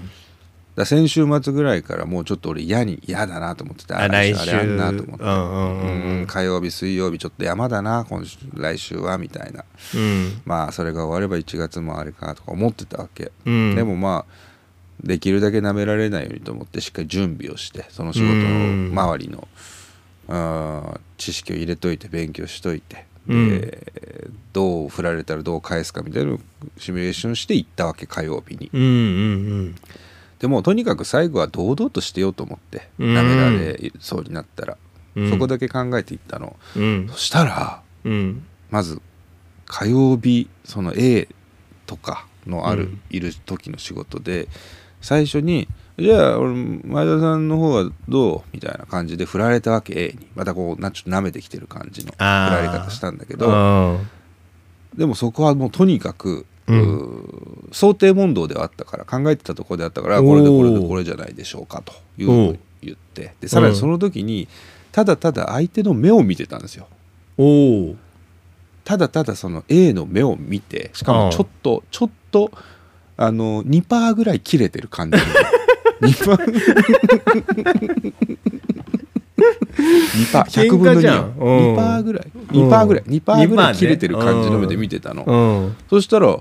Speaker 1: だから先週末ぐらいからもうちょっと俺嫌に嫌だなと思ってて
Speaker 2: あ来週
Speaker 1: あれあんなと思って、
Speaker 2: うんうんう
Speaker 1: うん
Speaker 2: んうん
Speaker 1: 火曜日水曜日ちょっと山だな今週来週はみたいな
Speaker 2: うん
Speaker 1: まあそれが終われば1月もあれかとか思ってたわけ、
Speaker 2: うん
Speaker 1: でもまあできるだけ舐められないようにと思ってしっかり準備をしてその仕事の周りのあー知識を入れといて勉強しといて、
Speaker 2: うん
Speaker 1: でどう振られたらどう返すかみたいなのをシミュレーションして行ったわけ火曜日に。
Speaker 2: うんうん
Speaker 1: でもとにかく最後は堂々としてようと思って
Speaker 2: うん
Speaker 1: 舐められそうになったら、
Speaker 2: うん
Speaker 1: そこだけ考えていったの、
Speaker 2: うんうん
Speaker 1: そしたら
Speaker 2: うん
Speaker 1: まず火曜日その A とかのある、
Speaker 2: うん
Speaker 1: いる時の仕事で最初に「じゃあ俺前田さんの方はどう?」みたいな感じで振られたわけ A にまたこうなちょっと舐めてきてる感じの振
Speaker 2: あー
Speaker 1: られ方したんだけど
Speaker 2: あ
Speaker 1: でもそこはもうとにかく、
Speaker 2: うん
Speaker 1: うー想定問答ではあったから考えてたところであったからこれでこれでこれじゃないでしょうかというのを言ってでさらにその時にただただ相手の目を見てたんですよ。
Speaker 2: おお
Speaker 1: ただただその A の目を見てしか
Speaker 2: う
Speaker 1: も
Speaker 2: ん
Speaker 1: ちょっと、ちょっとあの2%ぐらい切れてる感じ 2%, 2%100 分の
Speaker 2: 喧嘩じゃ
Speaker 1: 2
Speaker 2: んうん
Speaker 1: よ2%ぐらい2%ぐらい
Speaker 2: うん
Speaker 1: 2%ぐらい
Speaker 2: 2%ね
Speaker 1: 切れてる感じの目で見てたの、
Speaker 2: うん
Speaker 1: そしたら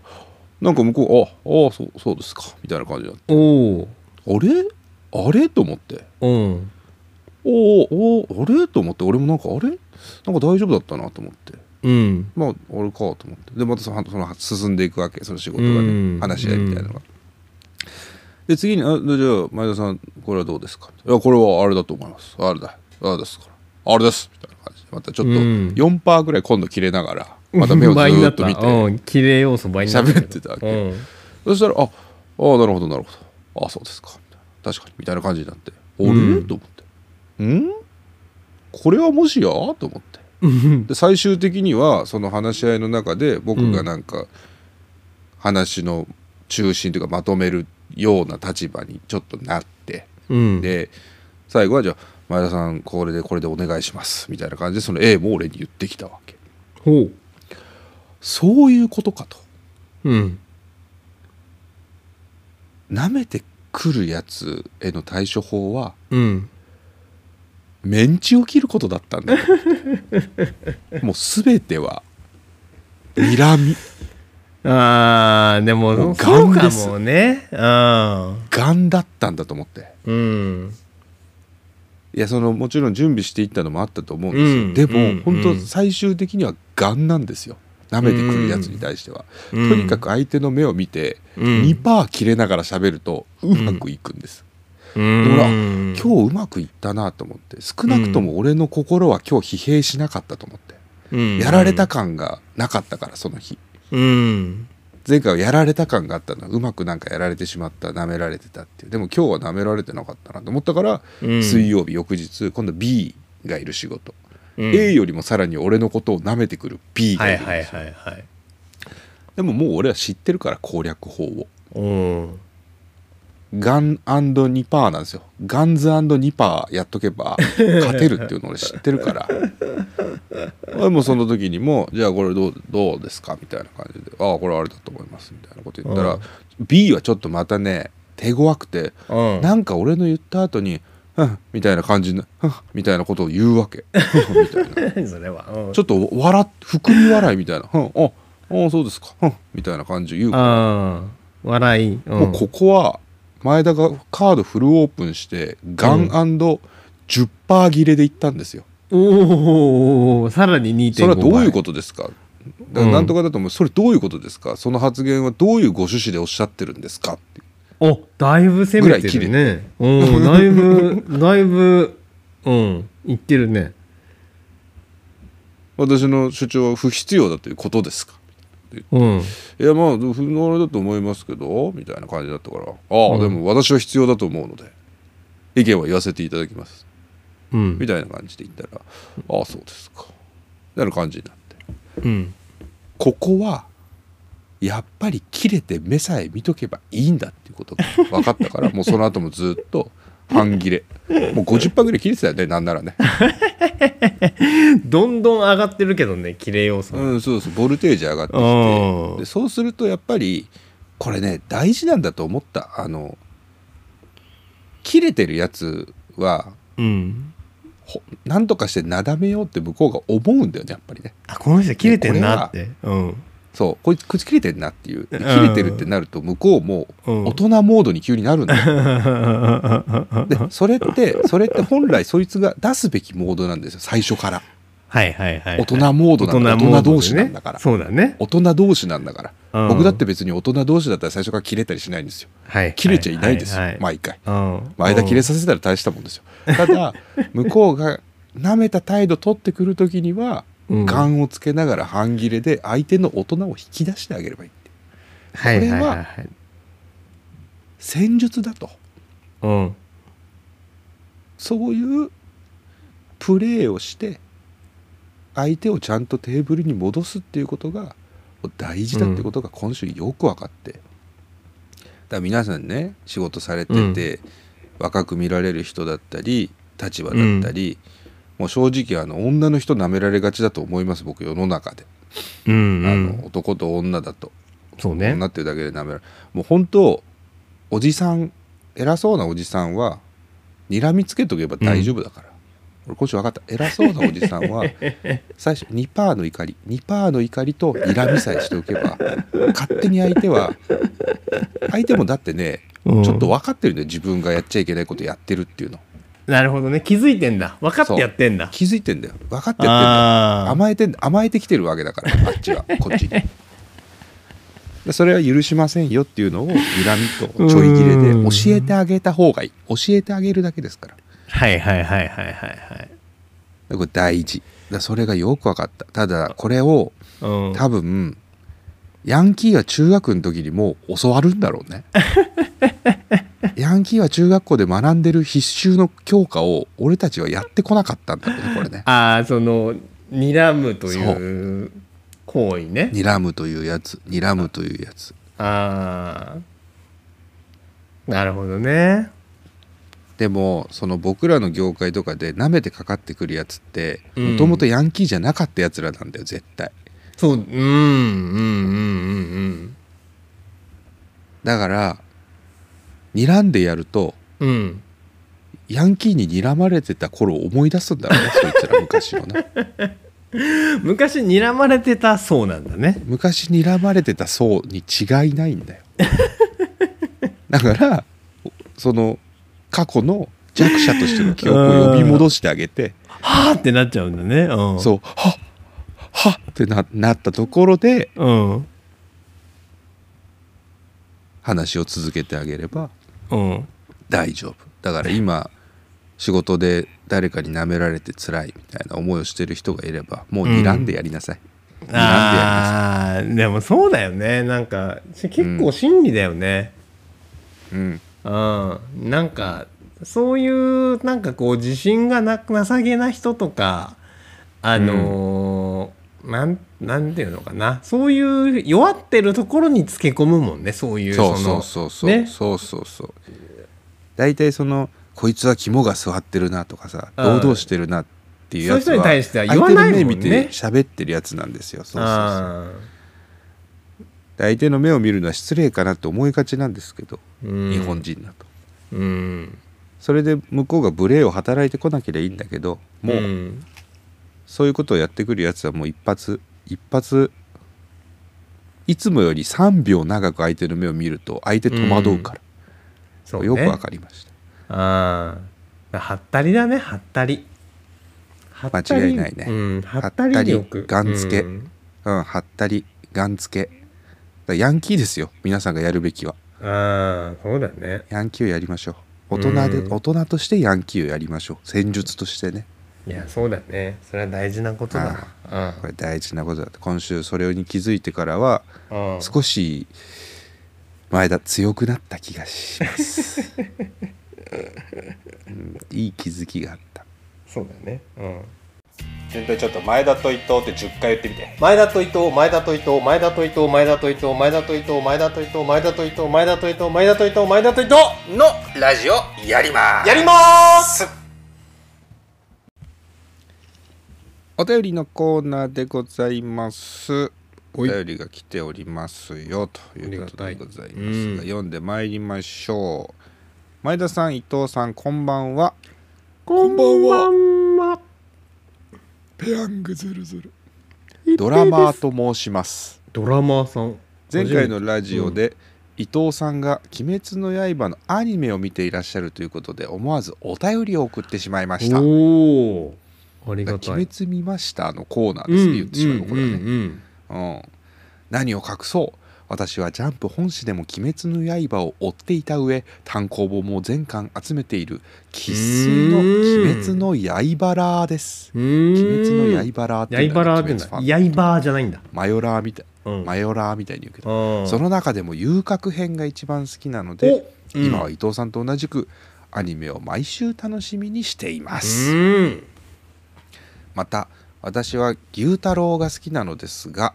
Speaker 1: なんか向こう「ああそうそうですか」みたいな感じだ
Speaker 2: おお
Speaker 1: あれあれと思って
Speaker 2: うん
Speaker 1: 「おーおーあれ?」と思って俺もなんかあれなんか大丈夫だったなと思って
Speaker 2: うん
Speaker 1: まあ俺かと思ってでまたそのその進んでいくわけその仕事がね、
Speaker 2: うん
Speaker 1: 話し合いみたいなのが、で次にあ「じゃあ前田さんこれはどうですか?」いやこれはあれだと思いますあれだあれですからあれです」みたいな感じでまたちょっと
Speaker 2: うん
Speaker 1: 4%ぐらい今度切れながらまた目をず
Speaker 2: 倍に
Speaker 1: ー
Speaker 2: な
Speaker 1: っと 見て、
Speaker 2: うん綺麗要素倍にな
Speaker 1: 喋ってたわけ
Speaker 2: うん
Speaker 1: そしたら「ああーなるほどなるほどあそうですか」みたいな確かにみたいな感じになって「俺
Speaker 2: うん
Speaker 1: と思って「うんこれはもしや?」と思って。
Speaker 2: うん
Speaker 1: で最終的にはその話し合いの中で僕がなんか話の中心というかまとめるような立場にちょっとなって
Speaker 2: うん
Speaker 1: で最後はじゃあ前田さんこれでこれでお願いしますみたいな感じでその A も俺に言ってきたわけ
Speaker 2: ほう
Speaker 1: そういうことかと
Speaker 2: うん
Speaker 1: 舐めてくるやつへの対処法は
Speaker 2: うん
Speaker 1: メンチを切ることだったん だと思ってもう全ては睨み
Speaker 2: あーで
Speaker 1: も
Speaker 2: も
Speaker 1: う
Speaker 2: そう
Speaker 1: ガン
Speaker 2: か
Speaker 1: です
Speaker 2: もねうん
Speaker 1: 癌だったんだと思って。
Speaker 2: うん
Speaker 1: いやそのもちろん準備していったのもあったと思うんですよ、
Speaker 2: うん
Speaker 1: でも、
Speaker 2: うん
Speaker 1: 本
Speaker 2: う
Speaker 1: 当
Speaker 2: ん
Speaker 1: 最終的にはガンなんですよ舐めてくるやつに対しては、とにかく相手の目を見て、
Speaker 2: うん
Speaker 1: 2パー切れながら喋るとうまくいくんです、
Speaker 2: うん
Speaker 1: でほら
Speaker 2: うん
Speaker 1: 今日うまくいったなと思って少なくとも俺の心は今日疲弊しなかったと思って、
Speaker 2: うん
Speaker 1: やられた感がなかったからその日
Speaker 2: うん
Speaker 1: 前回はやられた感があったのうまくなんかやられてしまった舐められてたっていうでも今日は舐められてなかったなと思ったから、
Speaker 2: うん
Speaker 1: 水曜日翌日今度 B がいる仕事、
Speaker 2: うん
Speaker 1: A よりもさらに俺のことを舐めてくる B が
Speaker 2: はいい
Speaker 1: るんですよ、
Speaker 2: はいはいはい
Speaker 1: でももう俺は知ってるから攻略法を
Speaker 2: うん
Speaker 1: ガン &2 パーなんですよガンズ &2 パーやっとけば勝てるっていうのを俺知ってるから俺もその時にも「じゃあこれどうどうですか?」みたいな感じで「ああこれあれだと思います」みたいなこと言ったら、
Speaker 2: うん
Speaker 1: B はちょっとまたね手強くて、
Speaker 2: うん
Speaker 1: なんか俺の言った後に「うん」みたいな感じの「うん」みたいなことを言うわけ「うんみたいな。
Speaker 2: 何それはうん
Speaker 1: ちょっと笑っ含み笑いみたいな「うんああそうですか、うん」みたいな感じ言うか
Speaker 2: あー笑い
Speaker 1: ら
Speaker 2: も
Speaker 1: もうここは前田がカードフルオープンしてガン &10% 切れでいったんですよ、
Speaker 2: おーおーさらに2.5倍
Speaker 1: それはどういうことですかだか
Speaker 2: う
Speaker 1: ら
Speaker 2: ん
Speaker 1: なんとかだと思う、それどういうことですかその発言はどういうご趣旨でおっしゃってるんですかって
Speaker 2: おだいぶ攻めてるねうんだいぶだいぶうんいってるね
Speaker 1: 私の主張は不必要だということですか
Speaker 2: うん
Speaker 1: いやまあ不能だと思いますけどみたいな感じだったからああ、
Speaker 2: うん
Speaker 1: でも私は必要だと思うので意見は言わせていただきます
Speaker 2: うん
Speaker 1: みたいな感じで言ったら「ああそうですか」みたいな感じになって
Speaker 2: うん
Speaker 1: ここはやっぱり切れて目さえ見とけばいいんだっていうことが分かったから もうその後もずっと半切れもう50%ぐらい切れてたよねなんならね
Speaker 2: どんどん上がってるけどね綺麗要素
Speaker 1: うんそうそうボルテージ上がってき
Speaker 2: うん
Speaker 1: てでそうするとやっぱりこれね大事なんだと思ったあの切れてるやつは
Speaker 2: うん
Speaker 1: ほなんとかしてなだめようって向こうが思うんだよねやっぱりね
Speaker 2: あこの人切れてんなってうん
Speaker 1: そうこいつ口切れてんなっていうで切れてるってなると向こうも
Speaker 2: うん
Speaker 1: 大人モードに急になるんだよ、でそれってそれって本来そいつが出すべきモードなんですよ最初から
Speaker 2: はいはいはい。
Speaker 1: 大人モードなんだ
Speaker 2: 大人モー
Speaker 1: 大人同
Speaker 2: ドでね
Speaker 1: 士なんだから
Speaker 2: そうだね。
Speaker 1: 大人同士なんだから、
Speaker 2: うん
Speaker 1: 僕だって別に大人同士だったら最初から切れたりしないんですよ
Speaker 2: はい。
Speaker 1: 切れちゃいないですよ、
Speaker 2: はは
Speaker 1: 毎回
Speaker 2: うん。
Speaker 1: まあ間切れ
Speaker 2: そ
Speaker 1: させたら大したもんですよただ向こうが舐めた態度取ってくる時には、
Speaker 2: うん
Speaker 1: 勘をつけながら半切れで相手の大人を引き出してあげればいいって
Speaker 2: うん。はいはいはい
Speaker 1: これ
Speaker 2: はい。
Speaker 1: 戦術だと
Speaker 2: うん。
Speaker 1: そういうプレーをして相手をちゃんとテーブルに戻すっていうことが大事だってことが今週よく分かって、だから皆さんね仕事されてて、若く見られる人だったり立場だったり、もう正直あの女の人舐められがちだと思います僕世の中で、
Speaker 2: うんう
Speaker 1: あ
Speaker 2: ん。
Speaker 1: の男と女だと
Speaker 2: そうね。
Speaker 1: 女っていうだけで舐められもう本当おじさん偉そうなおじさんは睨みつけとけば大丈夫だから、俺今週分かった偉そうなおじさん は最初2%の怒り2%の怒りと睨みさえしておけば勝手に相手は相手もだってね
Speaker 2: うん
Speaker 1: ちょっと分かってるんだよ自分がやっちゃいけないことやってるっていうの
Speaker 2: なるほどね。気づいてんだ。分かってやってんだ。
Speaker 1: 気づいてんだよ分かってやってんだよ
Speaker 2: ああ。
Speaker 1: 甘えてん甘えてきてるわけだからあ っちがこっちにでそれは許しませんよっていうのを睨みとちょい切れで
Speaker 2: うん
Speaker 1: 教えてあげた方がいい教えてあげるだけですから
Speaker 2: はいはいはいはいはいはい。
Speaker 1: でこれ大事だそれがよく分かったただこれを
Speaker 2: うん。
Speaker 1: 多分ヤンキーは中学の時にもう教わるんだろう ねヤンキーは中学校で学んでる必修の教科を俺たちはやってこなかったんだろうねこれね
Speaker 2: ああ、その、睨むという行為ね。
Speaker 1: 睨むというやつ睨むというやつ
Speaker 2: ああ。なるほどね。
Speaker 1: でもその僕らの業界とかで舐めてかかってくるやつって
Speaker 2: うん
Speaker 1: もともとヤンキーじゃなかったやつらなんだよ絶対
Speaker 2: そう、うん、うん、うん、
Speaker 1: だから睨んでやると
Speaker 2: うん。うん。
Speaker 1: ヤンキーに睨まれてた頃を思い出すんだろうね そいつら昔のね
Speaker 2: 昔睨まれてたそうなんだね。
Speaker 1: 昔睨まれてた層に違いないん だよだからその過去の弱者としての記憶を呼び戻してあげて
Speaker 2: はあってなっちゃうんだね。うん。
Speaker 1: そうはっはっってななったところで
Speaker 2: う。うん。
Speaker 1: 話を続けてあげれば
Speaker 2: うん。
Speaker 1: 大丈夫だから今仕事で誰かに舐められて辛いみたいな思いをしてる人がいればもう睨んでやりなさい、睨んでや
Speaker 2: ああ、でもそうだよね。なんか、し結構真理だよね。
Speaker 1: りなさい、うん、
Speaker 2: うん。なんか、そういう、なんかこう、自信がな、情けな人とか、あのーなん、なんていうのかな。そういう、弱ってるところにつけ込むもんね。そういう、
Speaker 1: そうそ
Speaker 2: の
Speaker 1: うそうそう、
Speaker 2: ね
Speaker 1: そうそうそう大体そのこいつは肝が据わってるなとかさ
Speaker 2: うん
Speaker 1: 堂々してるなっていうやつ
Speaker 2: そういう人に対しては言
Speaker 1: 相
Speaker 2: わ
Speaker 1: 手
Speaker 2: な
Speaker 1: の
Speaker 2: いもんね
Speaker 1: 目見て喋ってるやつなんですよそうそうそう
Speaker 2: あ
Speaker 1: で相手の目を見るのは失礼かなって思いがちなんですけど、
Speaker 2: ーうん
Speaker 1: 日本人だと
Speaker 2: うん
Speaker 1: それで向こうが無礼を働いてこなければいいんだけどもう、
Speaker 2: ん
Speaker 1: そういうことをやってくるやつはもう一発一発いつもより3秒長く相手の目を見ると相手戸惑うから、
Speaker 2: そう
Speaker 1: よくわ
Speaker 2: る
Speaker 1: かりました
Speaker 2: ああはったりだねはったりはっ
Speaker 1: 間違いないね
Speaker 2: うん、はった
Speaker 1: はっ
Speaker 2: り力
Speaker 1: たりガンつけ
Speaker 2: うん
Speaker 1: うんはったりガンつけだからヤンキーですよ皆さんがやるべきは
Speaker 2: ああそうだね
Speaker 1: ヤンキーをやりましょう大人で、
Speaker 2: うん
Speaker 1: 大人としてヤンキーをやりましょう戦術としてね
Speaker 2: いやそうだねそれは大事なことだわ
Speaker 1: これ大事なことだと今週それに気づいてからは
Speaker 2: うんうん
Speaker 1: 少し前田強くなった気がします、 うんいい気づきがあった
Speaker 2: そうだねうん
Speaker 1: 全体ちょっと前田と伊藤って10回言ってみて
Speaker 2: 前田と伊藤前田と伊藤前田と伊藤前田と伊藤前田と伊藤前田と伊藤前田と伊藤前田と伊藤前田と伊藤前田と伊藤
Speaker 1: のラジオやりま
Speaker 2: やります
Speaker 1: お便りのコーナーでございますお
Speaker 2: おい
Speaker 1: 便りが来ておりますよということ
Speaker 2: あ
Speaker 1: で
Speaker 2: りがた
Speaker 1: ご
Speaker 2: い
Speaker 1: ざいますが
Speaker 2: うん
Speaker 1: 読んでまいりましょう前田さん伊藤さんこんばんは
Speaker 2: こ
Speaker 1: んばんは
Speaker 2: んばんは
Speaker 1: ペヤングゼルゼルドラマーと申します
Speaker 2: ドラマーさん
Speaker 1: 前回のラジオで伊藤さんが「鬼滅の刃」のアニメを見ていらっしゃるということで思わずお便りを送ってしまいました「鬼
Speaker 2: おおありがたい
Speaker 1: 滅見ました」のコーナーですね言ってしまうのこれはね、
Speaker 2: うんうん
Speaker 1: うん、何を隠そう私はジャンプ本誌でも「鬼滅の刃」を追っていた上単行本も全巻集めている生粋の「鬼滅の刃ラー」です「
Speaker 2: うん
Speaker 1: 鬼滅の刃ラー」って
Speaker 2: ヤ
Speaker 1: い
Speaker 2: イ
Speaker 1: うの
Speaker 2: バ
Speaker 1: が
Speaker 2: ラーっ
Speaker 1: 鬼
Speaker 2: て
Speaker 1: 滅ファ
Speaker 2: な
Speaker 1: ン
Speaker 2: ヤイバーじゃないんだ
Speaker 1: マヨラーみたい
Speaker 2: うん
Speaker 1: マヨラーみたいに言うけど、
Speaker 2: うん
Speaker 1: その中でも遊郭編が一番好きなので、
Speaker 2: おうん
Speaker 1: 今は伊藤さんと同じくアニメを毎週楽しみにしています、
Speaker 2: うん
Speaker 1: また私は牛太郎が好きなのですが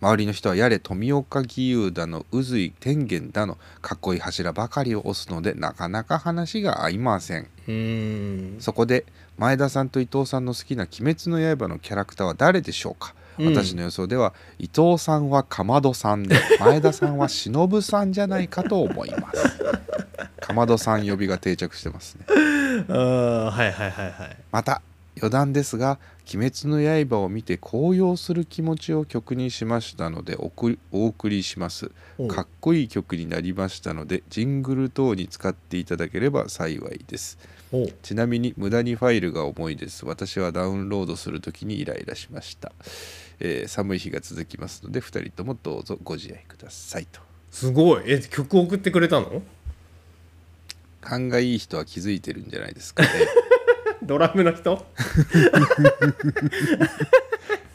Speaker 1: 周りの人はやれ富岡義勇だの宇髄天元だのかっこいい柱ばかりを押すのでなかなか話が合いません
Speaker 2: うん
Speaker 1: そこで前田さんと伊藤さんの好きな「鬼滅の刃」のキャラクターは誰でしょうか、
Speaker 2: うん
Speaker 1: 私の予想では伊藤さんはかまどさん で前田さんは忍さんじゃないかと思いますかまどさん呼びが定着してますね
Speaker 2: ああはいはいはいはい
Speaker 1: また余談ですが「鬼滅の刃」を見て高揚する気持ちを曲にしましたのでおくりお送りします
Speaker 2: おう
Speaker 1: かっこいい曲になりましたのでジングル等に使っていただければ幸いです
Speaker 2: おう
Speaker 1: ちなみに無駄にファイルが重いです私はダウンロードするときにイライラしました、えー寒い日が続きますので2人ともどうぞご自愛くださいと
Speaker 2: すごいえ曲送ってくれたの
Speaker 1: 勘がいい人は気づいてるんじゃないです かね
Speaker 2: ドラムの人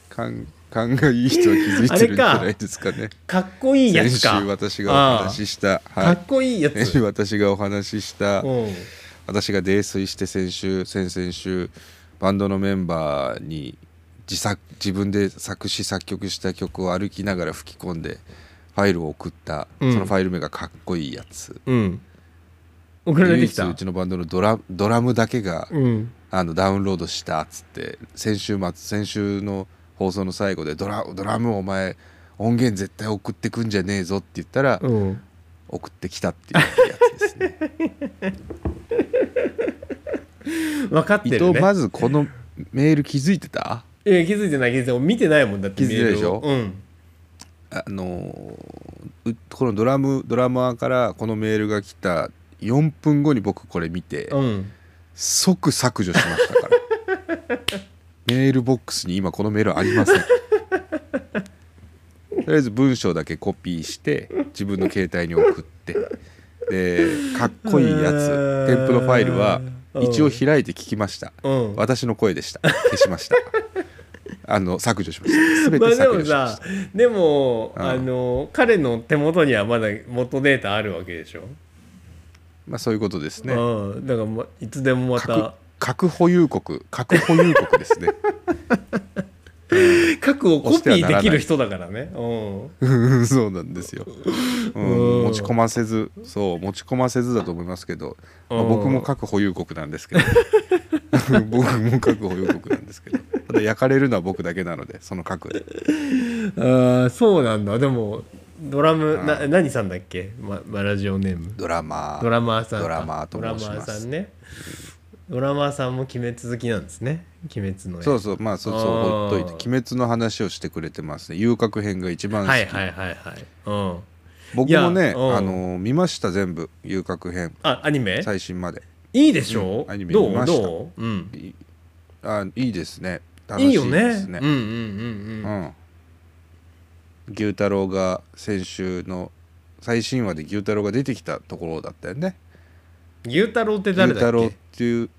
Speaker 1: 勘勘がいい人は気づいてるんじゃないですかね
Speaker 2: かっこいいや
Speaker 1: 先
Speaker 2: つ
Speaker 1: 週
Speaker 2: か
Speaker 1: 私がお話しした、
Speaker 2: ああか
Speaker 1: はい
Speaker 2: っ、こいいや
Speaker 1: 先
Speaker 2: つ
Speaker 1: 週私がお話しした
Speaker 2: うん
Speaker 1: 私が泥酔して先週先々週バンドのメンバーに自作自分で作詞作曲した曲を歩きながら吹き込んでファイルを送った、
Speaker 2: うん
Speaker 1: そのファイル名がかっこいいやつ
Speaker 2: うん送られ
Speaker 1: 唯
Speaker 2: てき
Speaker 1: 一
Speaker 2: た
Speaker 1: うちのバンドのドラドラムだけが、
Speaker 2: うん
Speaker 1: あのダウンロードしたっつって先週末先週の放送の最後でドラ「ドラムお前音源絶対送ってくんじゃねえぞ」って言ったら、
Speaker 2: うん
Speaker 1: 送ってきたっていうやつで すね
Speaker 2: 分かって
Speaker 1: 伊
Speaker 2: る
Speaker 1: 藤
Speaker 2: ね
Speaker 1: まずこのメール気づいてた
Speaker 2: いや気づいてない気づいてない見てないもんだって
Speaker 1: 気づいてないでしょ
Speaker 2: メールをうん
Speaker 1: あのーうこのドラムドラマーからこのメールが来た4分後に僕これ見て
Speaker 2: うん
Speaker 1: 即削除しましたから メールボックスに今このメールはありませんとりあえず文章だけコピーして自分の携帯に送ってでかっこいいやつ
Speaker 2: うーん
Speaker 1: 添付のファイルは
Speaker 2: うん
Speaker 1: 一応開いて聞きました
Speaker 2: うん
Speaker 1: 私の声でした消しましたあの削除しました全て
Speaker 2: まあで
Speaker 1: 削除
Speaker 2: も
Speaker 1: しまし
Speaker 2: さ
Speaker 1: た、
Speaker 2: でも、
Speaker 1: うん
Speaker 2: あの彼の手元にはまだ元データあるわけでしょ、
Speaker 1: まあ、そういうことですね
Speaker 2: うん、だから、ま、いつでもま
Speaker 1: 核
Speaker 2: た
Speaker 1: 核保有国核保有国ですね
Speaker 2: 核をコピ
Speaker 1: 押しては
Speaker 2: ー
Speaker 1: なら
Speaker 2: で
Speaker 1: ない
Speaker 2: きる人だからねう
Speaker 1: うんそうなんですよ、うん
Speaker 2: うん
Speaker 1: 持ち込ませずそう持ち込ませずだと思いますけど、まあ
Speaker 2: うん
Speaker 1: 僕も核保有国なんですけど 僕も核保有国なんですけどただ焼かれるのは僕だけなのでその核で
Speaker 2: んあーそうなんだでもドラム、
Speaker 1: うん
Speaker 2: な何さんだっけ、まま、ラジオネーム
Speaker 1: ドラマー
Speaker 2: ドラマーさんか
Speaker 1: ドラマーと申し
Speaker 2: ドラマ
Speaker 1: ま
Speaker 2: ーさ
Speaker 1: す
Speaker 2: んねドラマーさんも鬼滅好きなんですね鬼滅のね
Speaker 1: そうそうまあそう
Speaker 2: あ
Speaker 1: そう
Speaker 2: ー
Speaker 1: ほっといて「鬼滅」の話をしてくれてますね遊郭編が一番好き、
Speaker 2: はいはいはいはいうん
Speaker 1: 僕も
Speaker 2: い
Speaker 1: ね、
Speaker 2: やうん
Speaker 1: あのー見ました全部遊郭編
Speaker 2: あアニメ
Speaker 1: 最新まで
Speaker 2: いいでしょ、
Speaker 1: うんアニメ
Speaker 2: ど
Speaker 1: 見ま
Speaker 2: う
Speaker 1: した
Speaker 2: どう、うん、
Speaker 1: いあいいですね楽し
Speaker 2: い
Speaker 1: い
Speaker 2: いよね
Speaker 1: ですね
Speaker 2: うんうんう
Speaker 1: う
Speaker 2: んうん
Speaker 1: ん牛太郎が先週の最新話で牛太郎が出てきたところだったよね
Speaker 2: 牛太郎って
Speaker 1: 牛
Speaker 2: 誰だ
Speaker 1: 太
Speaker 2: っ
Speaker 1: 郎っ
Speaker 2: け
Speaker 1: ていう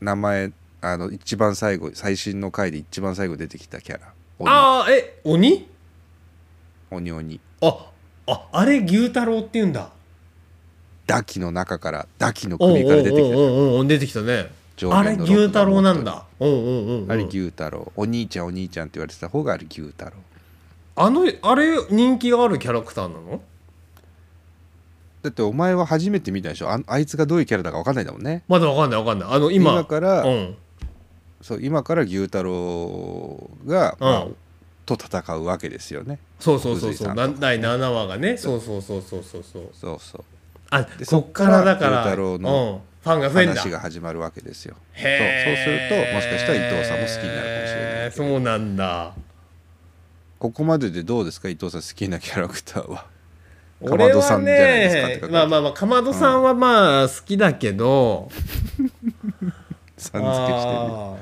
Speaker 1: 名前あの一番最後最新の回で一番最後出てきたキャラ鬼
Speaker 2: ああえ鬼
Speaker 1: 鬼鬼
Speaker 2: あああれ牛太郎って言うんだ
Speaker 1: ダキの中からダキの
Speaker 2: おう
Speaker 1: 首から出てき
Speaker 2: おう
Speaker 1: た
Speaker 2: おうおうおう出てきたね
Speaker 1: 上
Speaker 2: あ
Speaker 1: 下
Speaker 2: れ
Speaker 1: の
Speaker 2: 牛太郎なんだおうおうおうおう
Speaker 1: あれ牛太郎お兄ちゃんお兄ちゃんって言われてた方があれ牛太郎
Speaker 2: あのあれ人気があるキャラクターなの
Speaker 1: だってお前は初めて見たでしょああいつがどういうキャラだか分かんないんだもんね
Speaker 2: まだわかんないわかんないあの今
Speaker 1: 今から
Speaker 2: うん
Speaker 1: そう今から牛太郎が、まあ
Speaker 2: うん
Speaker 1: と戦うわけですよね
Speaker 2: そうそうそう
Speaker 1: 宇髄
Speaker 2: そう
Speaker 1: さ
Speaker 2: なん
Speaker 1: と
Speaker 2: 第7話がねそうそうそうそうそうそう
Speaker 1: そうそう
Speaker 2: あ
Speaker 1: で
Speaker 2: こっからだから
Speaker 1: そっから牛太郎の
Speaker 2: うんファンが増えんだ
Speaker 1: 話が始まるわけですよそうそう
Speaker 2: へー
Speaker 1: するともしかしたら伊藤さんも好きになるかもしれないけど
Speaker 2: そうなんだ
Speaker 1: ここまででどうですか伊藤さん好きなキャラクターはかま
Speaker 2: 俺
Speaker 1: どさ
Speaker 2: は
Speaker 1: んじゃないですかって書い
Speaker 2: ね
Speaker 1: てある
Speaker 2: まあまあまあかまどさんはまあ好きだけど、
Speaker 1: さん付けしてるよ
Speaker 2: あー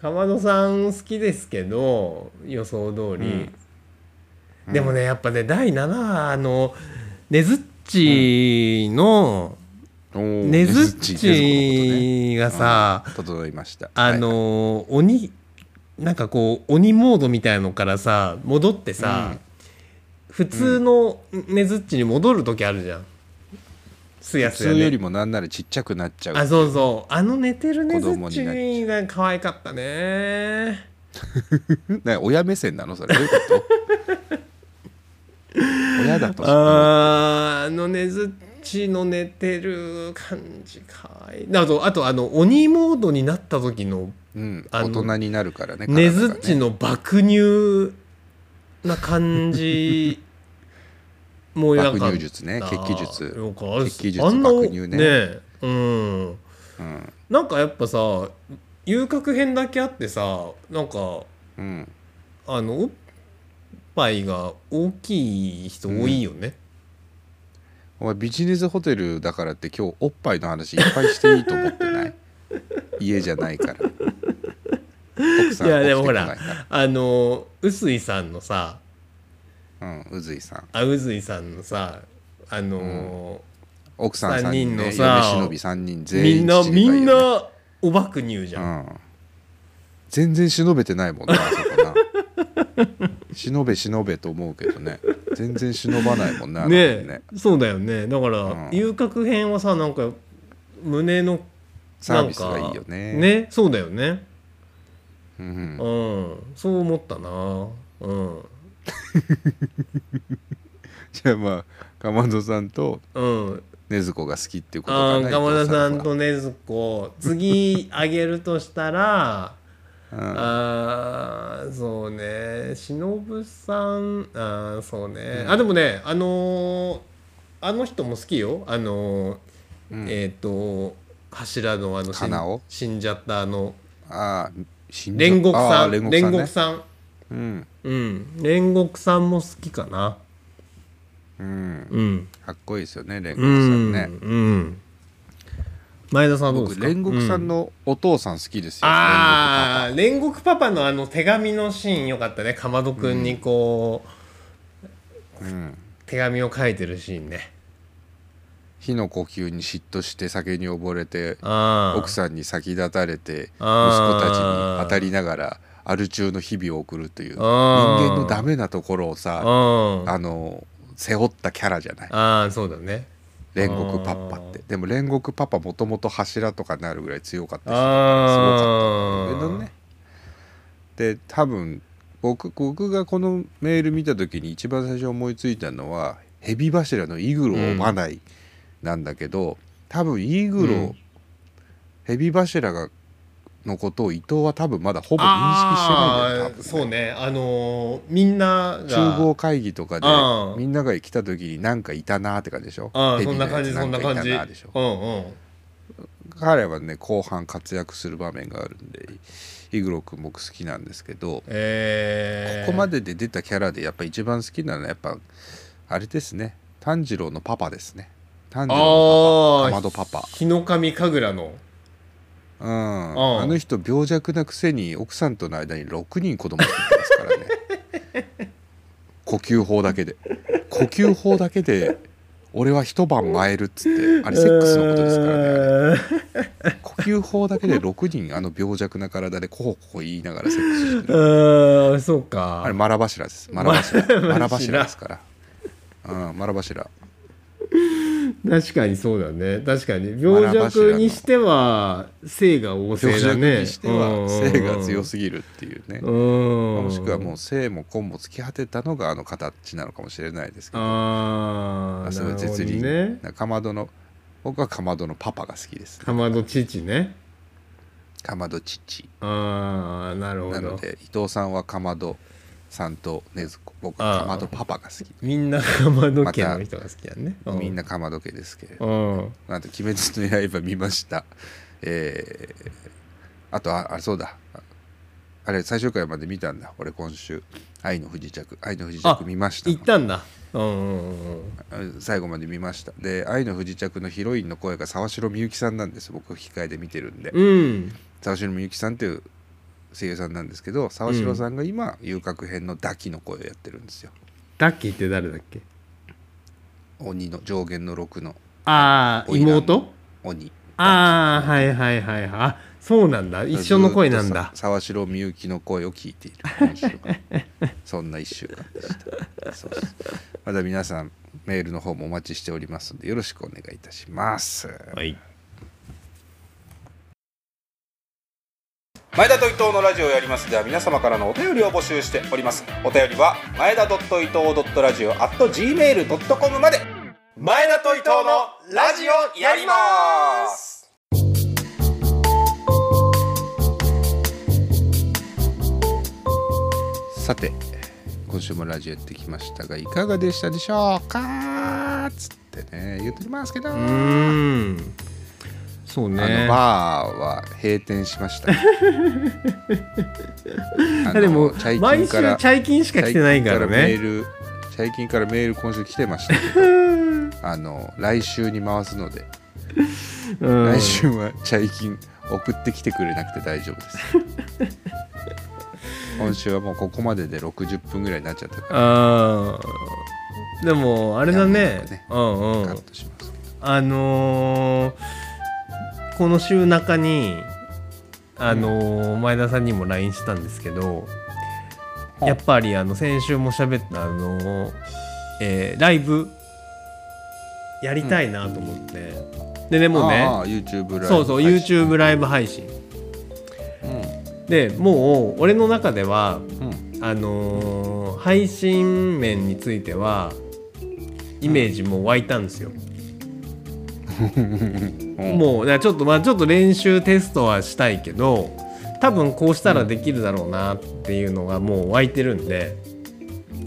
Speaker 2: かまどさん好きですけど予想通り、でもねやっぱね第7話のねずっちの
Speaker 1: おー
Speaker 2: ねずっ
Speaker 1: ねずっち
Speaker 2: ちがさ、
Speaker 1: 整いました
Speaker 2: あのー鬼なんかこう鬼モードみたいのからさ戻ってさ、
Speaker 1: うん
Speaker 2: 普通のねずっちに戻る時あるじゃんすや
Speaker 1: 普
Speaker 2: すや
Speaker 1: 通よ
Speaker 2: で
Speaker 1: りもなんならちっちゃくなっちゃ
Speaker 2: あ
Speaker 1: う
Speaker 2: そうそうあの寝てるねず
Speaker 1: 子供
Speaker 2: っ
Speaker 1: になっ
Speaker 2: ちが可愛かったね
Speaker 1: ね親目線なのそれどういうこと 親だと
Speaker 2: あーあのねずっちの寝てる感じかわいいあとあとあの鬼モードになった時の
Speaker 1: うん、
Speaker 2: あ
Speaker 1: 大
Speaker 2: の
Speaker 1: 人になるからね
Speaker 2: ねずっち
Speaker 1: の
Speaker 2: の爆乳な感 じもう
Speaker 1: 爆
Speaker 2: か
Speaker 1: 乳術ね血気術
Speaker 2: よくあるっす
Speaker 1: 血気術
Speaker 2: あんな
Speaker 1: 爆乳ね
Speaker 2: ねうん
Speaker 1: うん、
Speaker 2: なんかやっぱさ遊郭編だけあってさなんか
Speaker 1: うん、
Speaker 2: あのおっぱいが大きい人多いよね、
Speaker 1: お前ビジネスホテルだからって今日おっぱいの話いっぱいしていいと思ってない家じゃないから奥さん
Speaker 2: いやでも
Speaker 1: 起きてこ
Speaker 2: ほ
Speaker 1: ない
Speaker 2: ら
Speaker 1: から
Speaker 2: あの臼井さんのさ
Speaker 1: うんうずいさん
Speaker 2: あ臼井さんのさあの
Speaker 1: 奥さん3
Speaker 2: 三
Speaker 1: 人
Speaker 2: 人
Speaker 1: ね
Speaker 2: のさ
Speaker 1: 嫁忍び3人
Speaker 2: ー
Speaker 1: 全員
Speaker 2: みん
Speaker 1: 父
Speaker 2: な
Speaker 1: がいいよね
Speaker 2: みんなお爆乳じゃん、
Speaker 1: うん、全然忍べてないもんなあそこな忍べ忍べと思うけどね全然忍ばないもんなあの
Speaker 2: ね
Speaker 1: 子ね
Speaker 2: そうだよねだから、
Speaker 1: うん
Speaker 2: 遊郭編はさなんか胸の
Speaker 1: サ
Speaker 2: な
Speaker 1: ー
Speaker 2: ん
Speaker 1: ビス
Speaker 2: か
Speaker 1: がいいよね
Speaker 2: ねそうだよね
Speaker 1: うん
Speaker 2: う、んそう思ったなうん
Speaker 1: じゃあまあかまどさんと
Speaker 2: うん
Speaker 1: 禰豆子が好きっていうことか
Speaker 2: あー
Speaker 1: な
Speaker 2: 鎌田さん
Speaker 1: 伊
Speaker 2: と禰豆子次あげるとしたら
Speaker 1: 藤さんは
Speaker 2: あーそうね忍さんあーそうね、あでもねあのーあの人も好きよあのーえっ、と柱のあの死ん
Speaker 1: かなお
Speaker 2: 死んじゃったあの
Speaker 1: うん、ああしんど
Speaker 2: 煉獄さ
Speaker 1: あ
Speaker 2: ん
Speaker 1: ー
Speaker 2: 煉
Speaker 1: 煉
Speaker 2: 獄さん,、
Speaker 1: 獄さんね
Speaker 2: うん煉獄さんも好きかな
Speaker 1: うん、うん、
Speaker 2: うん
Speaker 1: かっこいいですよね煉獄
Speaker 2: う
Speaker 1: さ
Speaker 2: ん
Speaker 1: んね
Speaker 2: うん前田さんはどう
Speaker 1: 僕
Speaker 2: ですか
Speaker 1: 煉獄さん
Speaker 2: の、
Speaker 1: のお父さん好きですよ、
Speaker 2: ああ煉獄パパのあの手紙のシーンよかったねかまどくんにこ
Speaker 1: 煉獄パ
Speaker 2: う、
Speaker 1: パうん
Speaker 2: 手紙を書いてるシーンね
Speaker 1: 火の呼吸に嫉妬して酒に溺れて
Speaker 2: あ
Speaker 1: 奥さんに先立たれて息
Speaker 2: あ
Speaker 1: 子
Speaker 2: ー
Speaker 1: たちに当たりながらアル中の日々を送るという人
Speaker 2: あー
Speaker 1: 間のダメなところを
Speaker 2: ん
Speaker 1: さ
Speaker 2: あ
Speaker 1: あの背負ったキャラじゃない
Speaker 2: あーそうだね
Speaker 1: 煉獄パッパってでも煉獄パパもともと柱とかなるぐらい強かったし
Speaker 2: ああ
Speaker 1: けどねで多分僕僕がこのメール見た時に一番最初思いついたのはヘビ柱のイグロをまないなんだけど、多分イグロ、
Speaker 2: うん
Speaker 1: ヘビ柱がのことを伊藤は多分まだほぼ認識してないんだよ多
Speaker 2: あ
Speaker 1: 分
Speaker 2: ー
Speaker 1: ね
Speaker 2: そうねあのーみんなが
Speaker 1: 厨房会議とかで
Speaker 2: うん
Speaker 1: みんなが来た時になんかいたなーって感じでしょ
Speaker 2: ああ
Speaker 1: ヘ
Speaker 2: そ
Speaker 1: ビ
Speaker 2: ん
Speaker 1: の
Speaker 2: な
Speaker 1: や
Speaker 2: 感
Speaker 1: つ
Speaker 2: じそんな
Speaker 1: かい
Speaker 2: 感
Speaker 1: た
Speaker 2: じ
Speaker 1: なーでしょ
Speaker 2: うんうん
Speaker 1: 彼はね後半活躍する場面があるんでイグロ君僕好きなんですけど、
Speaker 2: えー、
Speaker 1: ここま
Speaker 2: で
Speaker 1: でで出たキャラでやっぱ一番好きなのはやっぱあれですね炭治郎のパパですね炭治郎のパパかまどパパ
Speaker 2: 日の神神楽の
Speaker 1: うん
Speaker 2: ん
Speaker 1: あの人病弱なくせに奥さんとの間に6人子供作ってますからね 呼吸法だけで呼吸法だけで俺は一晩舞えるっつってあれセックスのことですからねあれ
Speaker 2: ね
Speaker 1: 呼吸法だけで6人あの病弱な体でコホコホ言いながらセックスしてる
Speaker 2: うんそうか
Speaker 1: あれマラ柱ですマラ柱
Speaker 2: マ
Speaker 1: マラ
Speaker 2: ラ
Speaker 1: 柱ですからうんマラ柱
Speaker 2: 確かにそうだね確かに病弱にしては性が旺盛
Speaker 1: 病
Speaker 2: だ
Speaker 1: 弱
Speaker 2: ね
Speaker 1: にしては性が強すぎるっていうね
Speaker 2: ぎうん
Speaker 1: もしくはもう性も根も突き果てたのがあの形なのかもしれないですけど
Speaker 2: ああ
Speaker 1: すごい絶倫
Speaker 2: ね
Speaker 1: かまどの僕はかまどのパパが好きです
Speaker 2: かまど父ね
Speaker 1: かまど父
Speaker 2: ああなるほ
Speaker 1: なの
Speaker 2: ど
Speaker 1: で伊藤さんはかまどさんと禰豆子僕
Speaker 2: あ
Speaker 1: は
Speaker 2: ー
Speaker 1: かまどパパが好き
Speaker 2: みんなかまど家の人が好きだね
Speaker 1: みんなかまど家ですけれど
Speaker 2: うん
Speaker 1: なんと「鬼滅の刃」見ました。えーあとああそうだあれ最終回まで見たんだ俺今週「愛の不時着」「愛の不時
Speaker 2: あ
Speaker 1: 着」見ました
Speaker 2: 行ったんだうんうんうんうん
Speaker 1: 最後まで見ましたで「愛の不時着」のヒロインの声が沢城みゆきさんなんです僕吹き替えで見てるんで
Speaker 2: うん
Speaker 1: 沢城みゆきさんっていう声優さんなんですけど沢城さんが今遊郭編の「ダキ」の声をやってるんですよ
Speaker 2: ダッキーって誰だっけ
Speaker 1: 鬼の上限の6の
Speaker 2: ああ
Speaker 1: 花魁
Speaker 2: 妹
Speaker 1: 鬼
Speaker 2: ああはいはいはいはいあそうなんだ一緒の声なん
Speaker 1: ずっと
Speaker 2: だ
Speaker 1: さ沢城みゆきの声を聞いている今週は そんな1週間でしたそうですまだ皆さんメールの方もお待ちしておりますのでよろしくお願いいたします
Speaker 2: はい
Speaker 1: 前田と伊藤のラジオをやりますでは皆様からのお便りを募集しておりますお便りは前田伊藤ラジオ at gmail.com まで前田と伊藤のラジオやりますさて今週もラジオやってきましたがいかがでしたでしょうかつってね言っておりますけど、
Speaker 2: うーんそうね
Speaker 1: あのバーは閉店しま した。あの
Speaker 2: でも
Speaker 1: チャイキ
Speaker 2: 毎
Speaker 1: ンか
Speaker 2: 週
Speaker 1: ら
Speaker 2: チャイキンしか来てないから
Speaker 1: チャイキンからメ
Speaker 2: ね
Speaker 1: ールチャイキンからメール今週来てましたけ
Speaker 2: うん
Speaker 1: ど。あの来週に回すので、
Speaker 2: うん
Speaker 1: 来週はチャイキン送ってきてくれなくて大丈夫 です。今週はもうここまでで60分ぐらいになっちゃったか
Speaker 2: あーでもあれだ
Speaker 1: やんな
Speaker 2: ね
Speaker 1: いとね
Speaker 2: うんう
Speaker 1: らカ
Speaker 2: ん
Speaker 1: ットしますけど。
Speaker 2: あのーこの週中にあのー前田さんにも LINE したんですけど、
Speaker 1: はい
Speaker 2: やっぱりあの先週も喋ったあのーえーライブやりたいなと思って、ででも
Speaker 1: あ
Speaker 2: ね
Speaker 1: あ YouTube ライブ配信。
Speaker 2: そうそう YouTube ライブ配信でもう俺の中では
Speaker 1: うん。うん。
Speaker 2: あのー配信面についてはイメージもう湧いたんですよ、
Speaker 1: うん
Speaker 2: もうだからちょっとまあちょっと練習テストはしたいけど多分こうしたらできるだろうなっていうのがもう湧いてるんで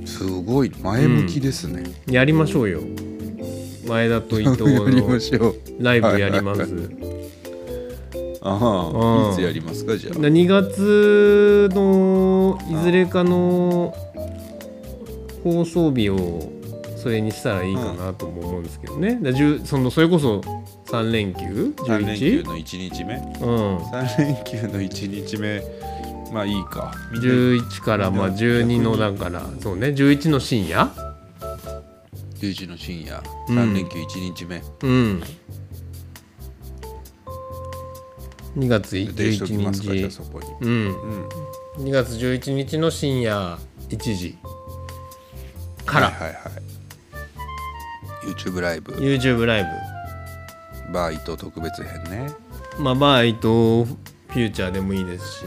Speaker 2: す
Speaker 1: ごい前向きですね。
Speaker 2: やりましょうよ前田と伊藤
Speaker 1: やりま
Speaker 2: の
Speaker 1: しょう。
Speaker 2: ライブやります
Speaker 1: あ
Speaker 2: うん
Speaker 1: あ、いつやりますかじゃあ。
Speaker 2: 2月のいずれかの放送日をそれにしたらいいかなとも思うんですけどねだからじゅうそのそれこそ3連休
Speaker 1: 3連休
Speaker 2: ?11?
Speaker 1: の1日目
Speaker 2: うん
Speaker 1: 3連休の1日目まあいいかみんな
Speaker 2: 11からまあ12の
Speaker 1: みんな
Speaker 2: だからそうね11の深夜
Speaker 1: 10時の深夜
Speaker 2: うん
Speaker 1: 3連休1日目、
Speaker 2: うん2月
Speaker 1: 予定しておきますかじゃあ
Speaker 2: 11日
Speaker 1: そこに
Speaker 2: うん
Speaker 1: うん
Speaker 2: 2月11日の深夜1時から、
Speaker 1: はいはいはい YouTube ライブ
Speaker 2: YouTube ライ
Speaker 1: バーイと特別編ね
Speaker 2: ブまあバイトフューチャーでもいいですし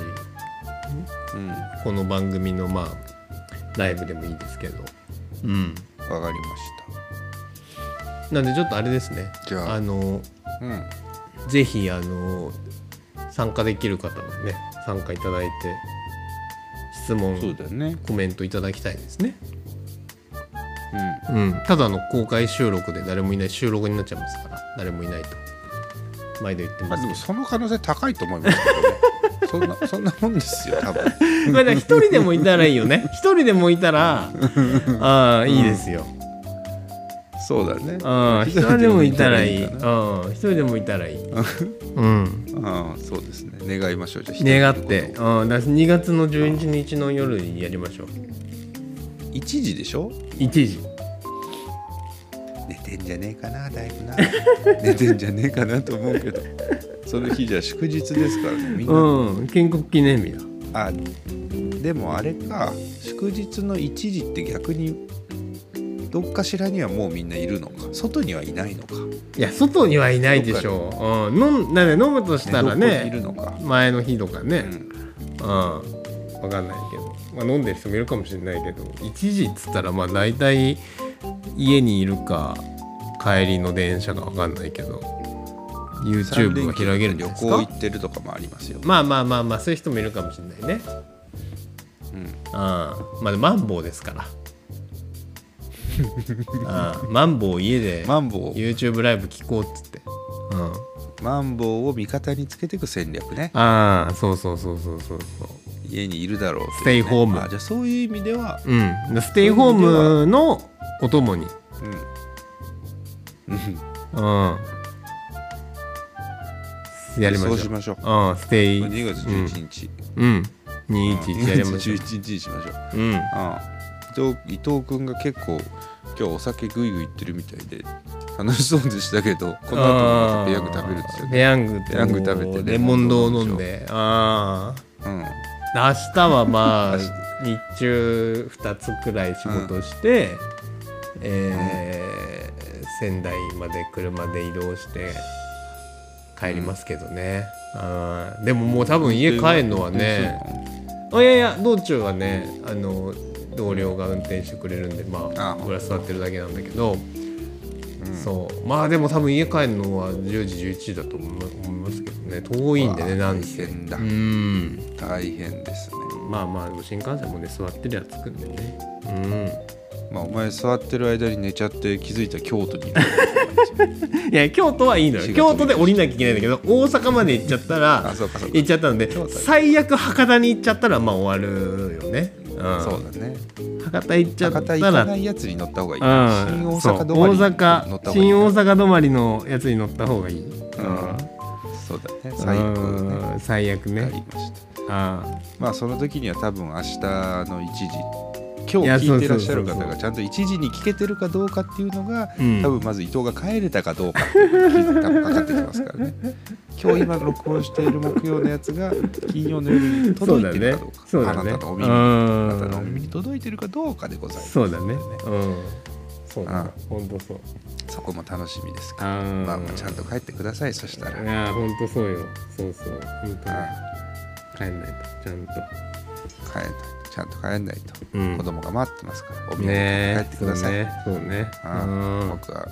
Speaker 1: うんわ
Speaker 2: この番組のまあライブでもいいですけどうん
Speaker 1: かりま
Speaker 2: なんでちょっとあれですね
Speaker 1: じゃあ
Speaker 2: の
Speaker 1: したうん
Speaker 2: ぜひあの参加できる方はね参加いただいて質
Speaker 1: そう
Speaker 2: 問
Speaker 1: だよね
Speaker 2: コメントいただきたいですね、
Speaker 1: う
Speaker 2: うん、ただの公開収録で誰もいない収録になっちゃいますから誰もいないと毎度言って
Speaker 1: んま
Speaker 2: ま
Speaker 1: あで
Speaker 2: すけ
Speaker 1: も
Speaker 2: ど
Speaker 1: その可能性高いと思いますけどねそんなそんなもんですよ多分
Speaker 2: まあだから一人でもいたらいいよね一人でもい たらああいいですよ、
Speaker 1: そうだね
Speaker 2: ああ一人でもいたらいい
Speaker 1: かな
Speaker 2: ああ一人でもいたらいい、うん、
Speaker 1: ああそうですね願いましょうじゃあ一人の
Speaker 2: 願っ
Speaker 1: ことを
Speaker 2: てうんだから2月の11日の夜にやりましょう
Speaker 1: 1時でしょ
Speaker 2: 1時
Speaker 1: 寝てんじゃねえかなだい ぶな寝てんじゃねえかなと思うけどその日じゃ祝日ですからねみんな、
Speaker 2: うん建国記念日だ
Speaker 1: あでもあれか祝日の1時って逆にどっかしらにはもうみんないるのか外にはいないのか
Speaker 2: いや外にはいないでしょう、うん、飲んだね飲むとしたら
Speaker 1: どこにいる
Speaker 2: ね
Speaker 1: のか、
Speaker 2: 前の日とか
Speaker 1: う
Speaker 2: ね
Speaker 1: ん
Speaker 2: うん、わ分かんないけど、まあ、飲んでる人もいるかもしれないけど1時っつったらまあ大体家にいるか帰りの電車か分かんないけど YouTube が開けるんじゃないです
Speaker 1: 旅行
Speaker 2: か
Speaker 1: 行ってるとかもありますよ、
Speaker 2: まあまあまあまあそういう人もいるかもしれないね
Speaker 1: うん、
Speaker 2: うんまあマンボウですからうんマンボウ家で
Speaker 1: マンボウ
Speaker 2: YouTube ライブ聞こうっつってうん
Speaker 1: マンボウを味方につけていく戦略ね
Speaker 2: ああそうそうそうそうそうそう
Speaker 1: 家にいるだろうというね
Speaker 2: ステイホーム
Speaker 1: あじゃあそういう意味では
Speaker 2: うん、ステイホームのお供に、
Speaker 1: うんうん
Speaker 2: うん、やりましょ
Speaker 1: そううしましょう
Speaker 2: うん、ステイ、
Speaker 1: 2月11日
Speaker 2: うん、
Speaker 1: うん
Speaker 2: 211やりましょ
Speaker 1: 11日にしましょう
Speaker 2: う、うん、
Speaker 1: ああ伊藤伊藤君が結構今日お酒ぐいぐいいってるみたいで楽しそうでしたけ どこの後もまたペヤング食べるんですよね、
Speaker 2: ペヤングと
Speaker 1: ペヤング食べて
Speaker 2: レモンドを飲んでああ
Speaker 1: うん、
Speaker 2: 明日はま あ
Speaker 1: 明日
Speaker 2: 日中2つくらい仕事して、えー仙台まで車で移動して帰りますけどね、あーでももう多分家帰るのはねあいやいや道中はねあの同僚が運転してくれるんでまあ
Speaker 1: あ
Speaker 2: 俺は座ってるだけなんだけど、そうまあでも多分家帰るのは10時11時だと思いますけどね遠いんでねなん
Speaker 1: 大
Speaker 2: せ
Speaker 1: 変だ
Speaker 2: うん
Speaker 1: 大変ですね
Speaker 2: まあまあでも新幹線もね座ってりゃ着くんでね
Speaker 1: まあお前座ってる間に寝ちゃって気づいたら京都 にいる
Speaker 2: うんいや京都はいいの
Speaker 1: 仕
Speaker 2: よ
Speaker 1: 事
Speaker 2: 京都で降りなきゃいけないんだけど大阪まで行っちゃったら
Speaker 1: あそうかそうか
Speaker 2: 行っちゃったので
Speaker 1: 京都
Speaker 2: 最悪博多に行っちゃったらまあ終わるよね、うん、
Speaker 1: そうだね
Speaker 2: 博多行っちゃっ
Speaker 1: 博
Speaker 2: た
Speaker 1: 多行からないやつに乗った方がいい、
Speaker 2: うん
Speaker 1: 新大
Speaker 2: そう
Speaker 1: 阪止まりに
Speaker 2: 大
Speaker 1: 乗った
Speaker 2: 阪
Speaker 1: 方がいい
Speaker 2: 新大阪止まりのやつに乗った方がい
Speaker 1: う
Speaker 2: い、
Speaker 1: んそうだね最高だね
Speaker 2: うん最悪
Speaker 1: あ
Speaker 2: ね
Speaker 1: りました
Speaker 2: あ
Speaker 1: まあその時には多分明日の1時
Speaker 2: い
Speaker 1: 今
Speaker 2: や
Speaker 1: 日聞いてらっしゃる
Speaker 2: そうそ
Speaker 1: 方
Speaker 2: うそうそ
Speaker 1: が
Speaker 2: う
Speaker 1: ちゃんと1時に聞けてるかどうかっていうのが、
Speaker 2: うん
Speaker 1: 多分まず伊藤が帰れたかどうかっていうのが多分かかってきます からね今日今録音している木曜のやつが金曜の夜に届いてるかどうか
Speaker 2: そうだね
Speaker 1: あなたのお耳
Speaker 2: う
Speaker 1: にあ
Speaker 2: ん
Speaker 1: なたのお耳に届いてるかどうかでございます
Speaker 2: そうだねうんそうだ
Speaker 1: うん
Speaker 2: ねほんとそう
Speaker 1: そこも楽しみですから、
Speaker 2: あ
Speaker 1: まあ、まあちゃんと帰ってくださいそしたら、
Speaker 2: いやほんとそうよそうそう本当に
Speaker 1: あ
Speaker 2: 帰んないとちゃんと
Speaker 1: 帰んないちゃんと帰んないと、
Speaker 2: うん
Speaker 1: 子供が待ってますからお耳に
Speaker 2: ね
Speaker 1: 帰っ
Speaker 2: え
Speaker 1: てく
Speaker 2: そう
Speaker 1: ださい、
Speaker 2: ねそうね
Speaker 1: あ
Speaker 2: うん
Speaker 1: 僕は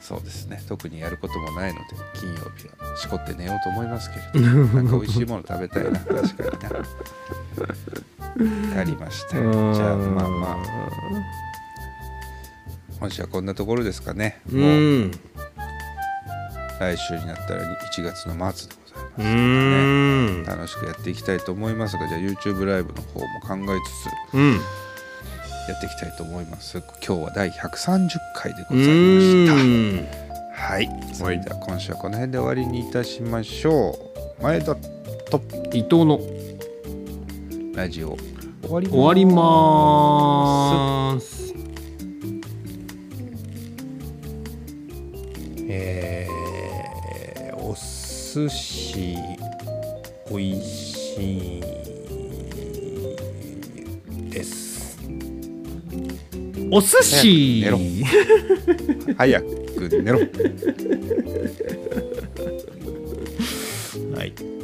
Speaker 1: そうですね特にやることもないので金曜日はしこって寝ようと思いますけれど なんか美味しいもの食べたいな確かにな分かりました
Speaker 2: うん
Speaker 1: じゃあまあまあ今週はこんなところですかね
Speaker 2: う
Speaker 1: もうん来週になったら1月の末でございます
Speaker 2: う、ん
Speaker 1: 楽しくやっていきたいと思いますがじゃあ YouTube ライブの方も考えつつ
Speaker 2: うん
Speaker 1: やっていきたいと思います今日は第130回でございました
Speaker 2: うん
Speaker 1: はい、それでは今週はこの辺で終わりにいたしましょう。前田と
Speaker 2: 伊藤の
Speaker 1: ラジオ終わり
Speaker 2: 終わりまーす。えー、お寿司おいしいです。お寿司
Speaker 1: 早く寝早く寝ろ。
Speaker 2: はい。